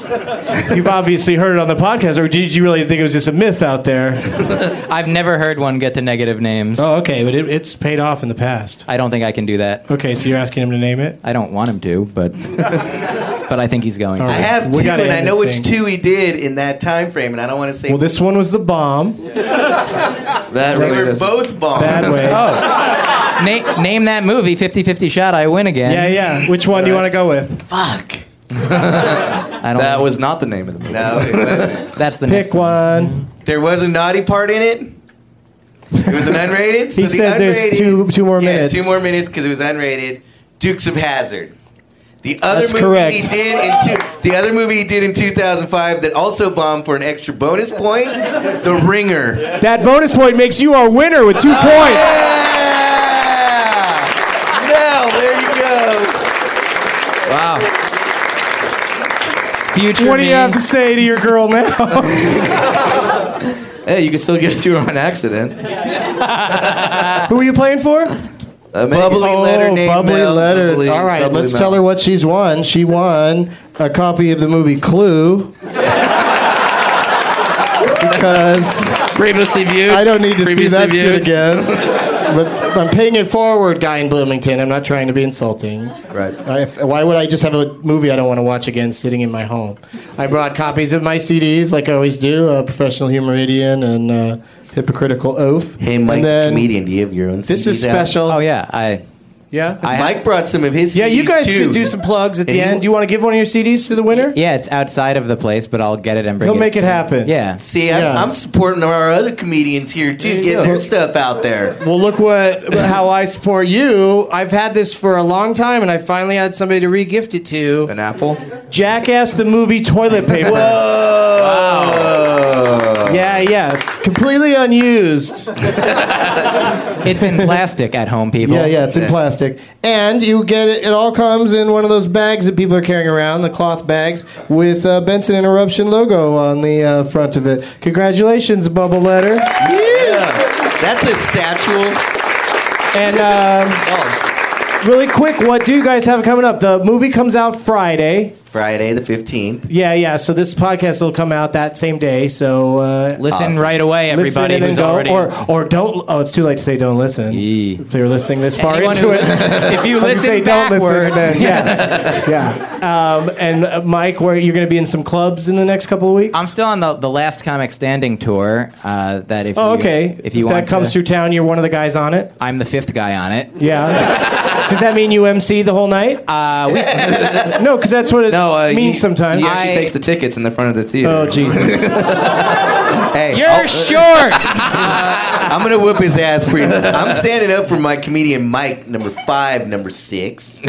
C: You've obviously heard it on the podcast, or did you really think it was just a myth out there?
F: I've never heard one get to negative names.
C: Oh, okay, but it, it's paid off in the past.
F: I don't think I can do that.
C: Okay, so you're asking him to name it.
F: I don't want him to, but but I think he's going.
C: All
D: I
C: right.
D: have
C: We
D: two,
C: gotta
D: and I
C: end
D: know
C: this
D: which
C: thing.
D: two he did in that time frame, and I don't want to say
C: Well, this one was the bomb.
E: That
D: they
E: really
D: were
E: doesn't-
D: both bombs.
C: Bad way. Oh,
F: Na- name that movie, 50-50 shot. I win again.
C: yeah, yeah. Which one do you want to go with?
D: Fuck.
F: I don't.
E: That was not the name of the movie.
D: No, it wasn't.
F: that's the next
C: Pick one.
D: there was a naughty part in it. It was an unrated.
C: He
D: so the
C: says there's
D: unrated-
C: two- two more
D: yeah,
C: minutes.
D: Two more minutes because it was unrated. Dukes of Hazard. The other
C: That's
D: movie
C: correct.
D: he did in two, the other movie he did in 2005 that also bombed for an extra bonus point, The Ringer.
C: That bonus point makes you our winner with two points.
D: Yeah! Now there you go.
E: Wow.
F: Future
C: What do
F: me.
C: you have to say to your girl now?
E: Hey, you can still get a two on accident.
C: Who are you playing for?
E: Uh, Megan-
D: Bubbly letter name.
C: Oh, bubbly
D: Mel.
C: letter.
E: Bubbly-
C: All right,
E: bubbly
C: let's
E: Mel.
C: tell her what she's won. She won a copy of the movie Clue. because
E: Previously viewed.
C: I don't need to see
E: Previously
C: that
E: viewed.
C: shit again. But I'm paying it forward, guy in Bloomington. I'm not trying to be insulting.
D: Right.
C: I- if- why would I just have a movie I don't want to watch again sitting in my home? I brought copies of my CDs, like I always do uh, Professional Humoridian and uh, Hypocritical Oath.
D: Hey,
C: And
D: Mike,
C: then-
D: comedian, do you have your own?
C: This is
D: CDs out?
C: special.
F: Oh yeah, I.
C: Yeah.
D: Mike brought some of his.
C: yeah, you
D: CDs
C: guys
D: too.
C: could do some plugs at
D: And
C: the
D: he-
C: end. Do you want to give one of your CDs to the winner?
F: Yeah, it's outside of the place, but I'll get it and bring
C: He'll
F: it.
C: make it happen.
F: Yeah.
D: See, I'm,
C: Yeah.
D: I'm supporting our other comedians here too,
C: you
D: getting
C: go.
D: their stuff out there.
C: Well, look what how I support you. I've had this for a long time, and I finally had somebody to re-gift it to.
E: An apple.
C: Jackass the movie toilet paper.
D: Whoa!
C: Yeah, yeah, it's completely unused.
F: It's in plastic at home, people.
C: Yeah, yeah, it's in plastic, and you get it. It all comes in one of those bags that people are carrying around, the cloth bags with uh, Benson Interruption logo on the uh, front of it. Congratulations, Bubble Letter.
D: Yeah. That's a satchel. Oh,
C: And um, really quick, what do you guys have coming up? The movie comes out Friday.
D: Friday the 15th.
C: Yeah, yeah. So this podcast will come out that same day. So uh,
F: Listen
D: Awesome.
F: right away,
C: listen
F: everybody
C: and then
F: who's
C: go,
F: already.
C: or or don't. Oh, it's too late to say don't listen.
F: Yee.
C: If you're listening this far
F: Anyone
C: into
F: who-
C: it,
F: E. if you
C: I'm gonna
F: listen
C: say
F: backwards.
C: don't listen. Then, yeah, yeah. Um, and uh, Mike, where you're going to be in some clubs in the next couple of weeks?
F: I'm still on the, the last comic standing tour. Uh, that if
C: Oh,
F: you,
C: okay.
F: if you want
C: that comes
F: to,
C: through town, you're one of the guys on it.
F: I'm the fifth guy on it.
C: Yeah. Does that mean you MC the whole night?
F: Uh, we,
C: no, because that's what it
E: No, uh,
C: means
E: he-
C: sometimes.
E: He actually
F: I-
E: takes the tickets in the front of the theater.
C: oh Jesus.
D: Hey,
E: oh,
F: you're
E: uh,
F: short.
D: I'm gonna whoop his ass for you. I'm standing up for my comedian Mike, number five, number six.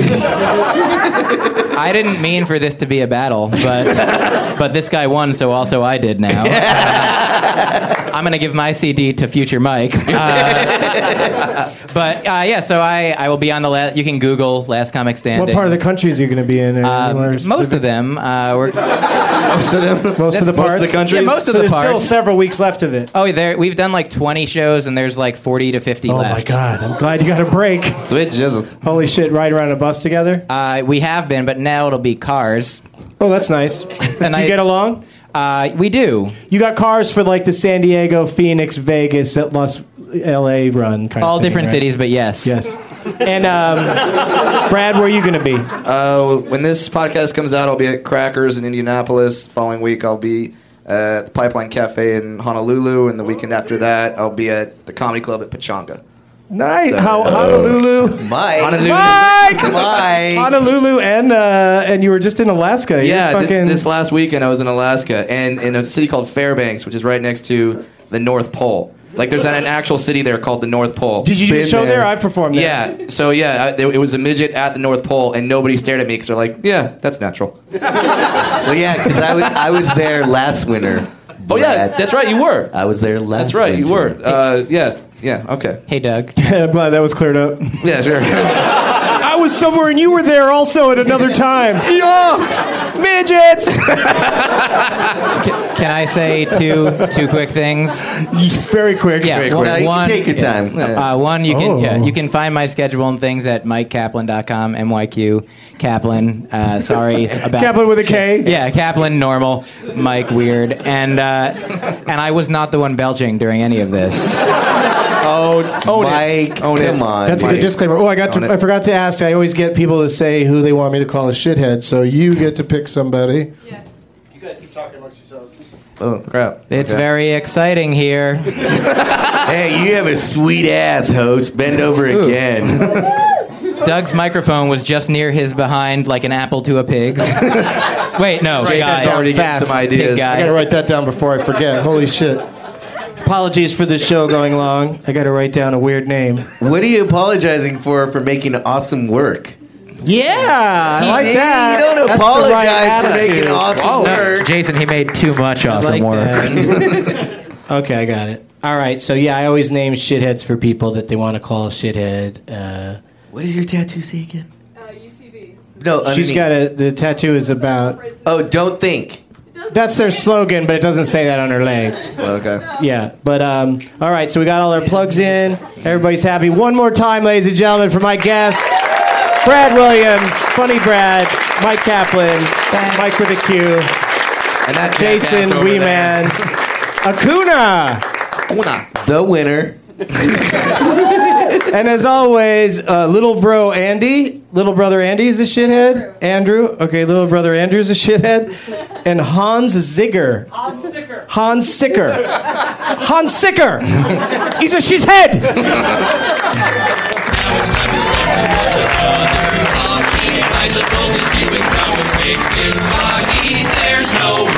F: I didn't mean for this to be a battle, but but this guy won, so also I did now. Uh, I'm gonna give my CD to future Mike. Uh, but uh, yeah, so I, I will be on the last. You can Google last comic standing.
C: what part of the country is you going to be in? Or anywhere
F: Um, most of them. Uh, we're,
D: Most of them.
C: Most of the parts.
E: of the country?
F: Yeah, most
C: So
F: of the
C: there's still
F: parts.
C: several weeks left of it.
F: oh, there we've done like 20 shows, and there's like 40 to 50
C: Oh my
F: left.
C: God! I'm glad you got a break.
E: Sweet Jesus.
C: Holy shit! Riding around a bus together.
F: Uh, we have been, but now it'll be cars.
C: oh, that's nice. Do you
F: nice-
C: get along?
F: Uh, we do
C: You got cars for like the San Diego, Phoenix, Vegas, Los, L.A. run. Kind
F: all
C: of thing,
F: different
C: right?
F: cities, but yes,
C: Yes. And um, Brad, where are you going to be?
D: oh,
E: Uh, when this podcast comes out, I'll be at Crackers in Indianapolis. Following week, I'll be at the Pipeline Cafe in Honolulu, and the weekend after that, I'll be at the Comedy Club at Pachanga.
C: Nice. How, Honolulu.
D: Mike.
E: Honolulu.
C: Mike!
D: Mike.
C: Honolulu, and uh, and you were just in Alaska. You're
E: Yeah, thi-
C: fucking-
E: this last weekend I was in Alaska and in a city called Fairbanks, which is right next to the North Pole. Like there's an, an actual city there called the North Pole.
C: Did you do a
D: Been
C: show there?
D: there.
C: I performed there.
E: Yeah. So yeah, I, it was a midget at the North Pole, and nobody stared at me because they're like, "Yeah, that's natural."
D: Well, yeah, because I was I was there last winter.
E: Oh yeah,
D: Brad.
E: that's right. You were.
D: I was there last.
E: That's right. You were.
D: winter.
E: Uh, yeah. Yeah. Okay.
F: Hey, Doug.
C: I'm glad that was cleared up.
E: Yeah. Sure.
C: I was somewhere and you were there also at another time. yeah. Midgets.
F: Can I say two two quick things?
C: Very quick.
F: Yeah,
E: Very
F: one,
E: quick.
D: No, you
F: one-
D: can take your
F: yeah.
D: time.
F: Uh, one, you can
C: Oh.
F: yeah, you can find my schedule and things at mikekaplan.com, myq Kaplan. Uh, sorry about
C: Kaplan with a K.
F: Yeah, Kaplan normal, Mike weird, and uh, and I was not the one belching during any of this.
D: Oh,
E: own it.
D: Mike,
E: Own it.
D: come on.
C: That's a
D: Mike.
C: good disclaimer. Oh, I got
E: On
C: to,
E: it.
C: I forgot to ask. I always get people to say who they want me to call a shithead, so you get to pick somebody.
E: oh crap.
F: It's very exciting here.
D: Hey, you have a sweet ass host. Bend over again.
F: Doug's microphone was just near his behind, like an apple to a pig's. Wait, no,
E: Jason's
F: guy.
E: already getting
C: fast.
E: some ideas.
F: Big guy.
C: I gotta write that down before I forget. Holy shit. Apologies for the show going long. I gotta write down a weird name.
D: what are you apologizing for for making awesome work?
C: Yeah, I like
D: you
C: that.
D: don't
C: That's the
D: apologize
C: right
D: for
C: attitude.
D: making awesome work.
F: Jason, he made too much
C: I
F: awesome
C: like
F: work.
C: that. okay, I got it. All right, so yeah, I always name shitheads for people that they want to call a shithead. Uh,
D: What does your tattoo say again?
G: Uh, UCB.
D: No,
C: she's
D: underneath.
C: got a the tattoo is about.
D: Oh, don't think.
C: That's their slogan, but it doesn't say that on her leg.
E: Okay.
C: Yeah, but um, all right, so we got all our plugs in. Everybody's happy. One more time, ladies and gentlemen, for my guests, Brad Williams, Funny Brad, Mike Kaplan, Mike with a Q,
E: And that
C: Jason Weeman, Acuna.
D: The winner.
C: And as always, uh, little bro Andy, little brother Andy is a shithead. Andrew, okay, little brother Andrew is a shithead, and Hans Zigger. Hans Sicker. Hans Sicker. Hans Sicker. He's a shithead.
A: Now it's time to rank the budget other hockey. Isaac Gold is viewing prowess makes it foggy. There's no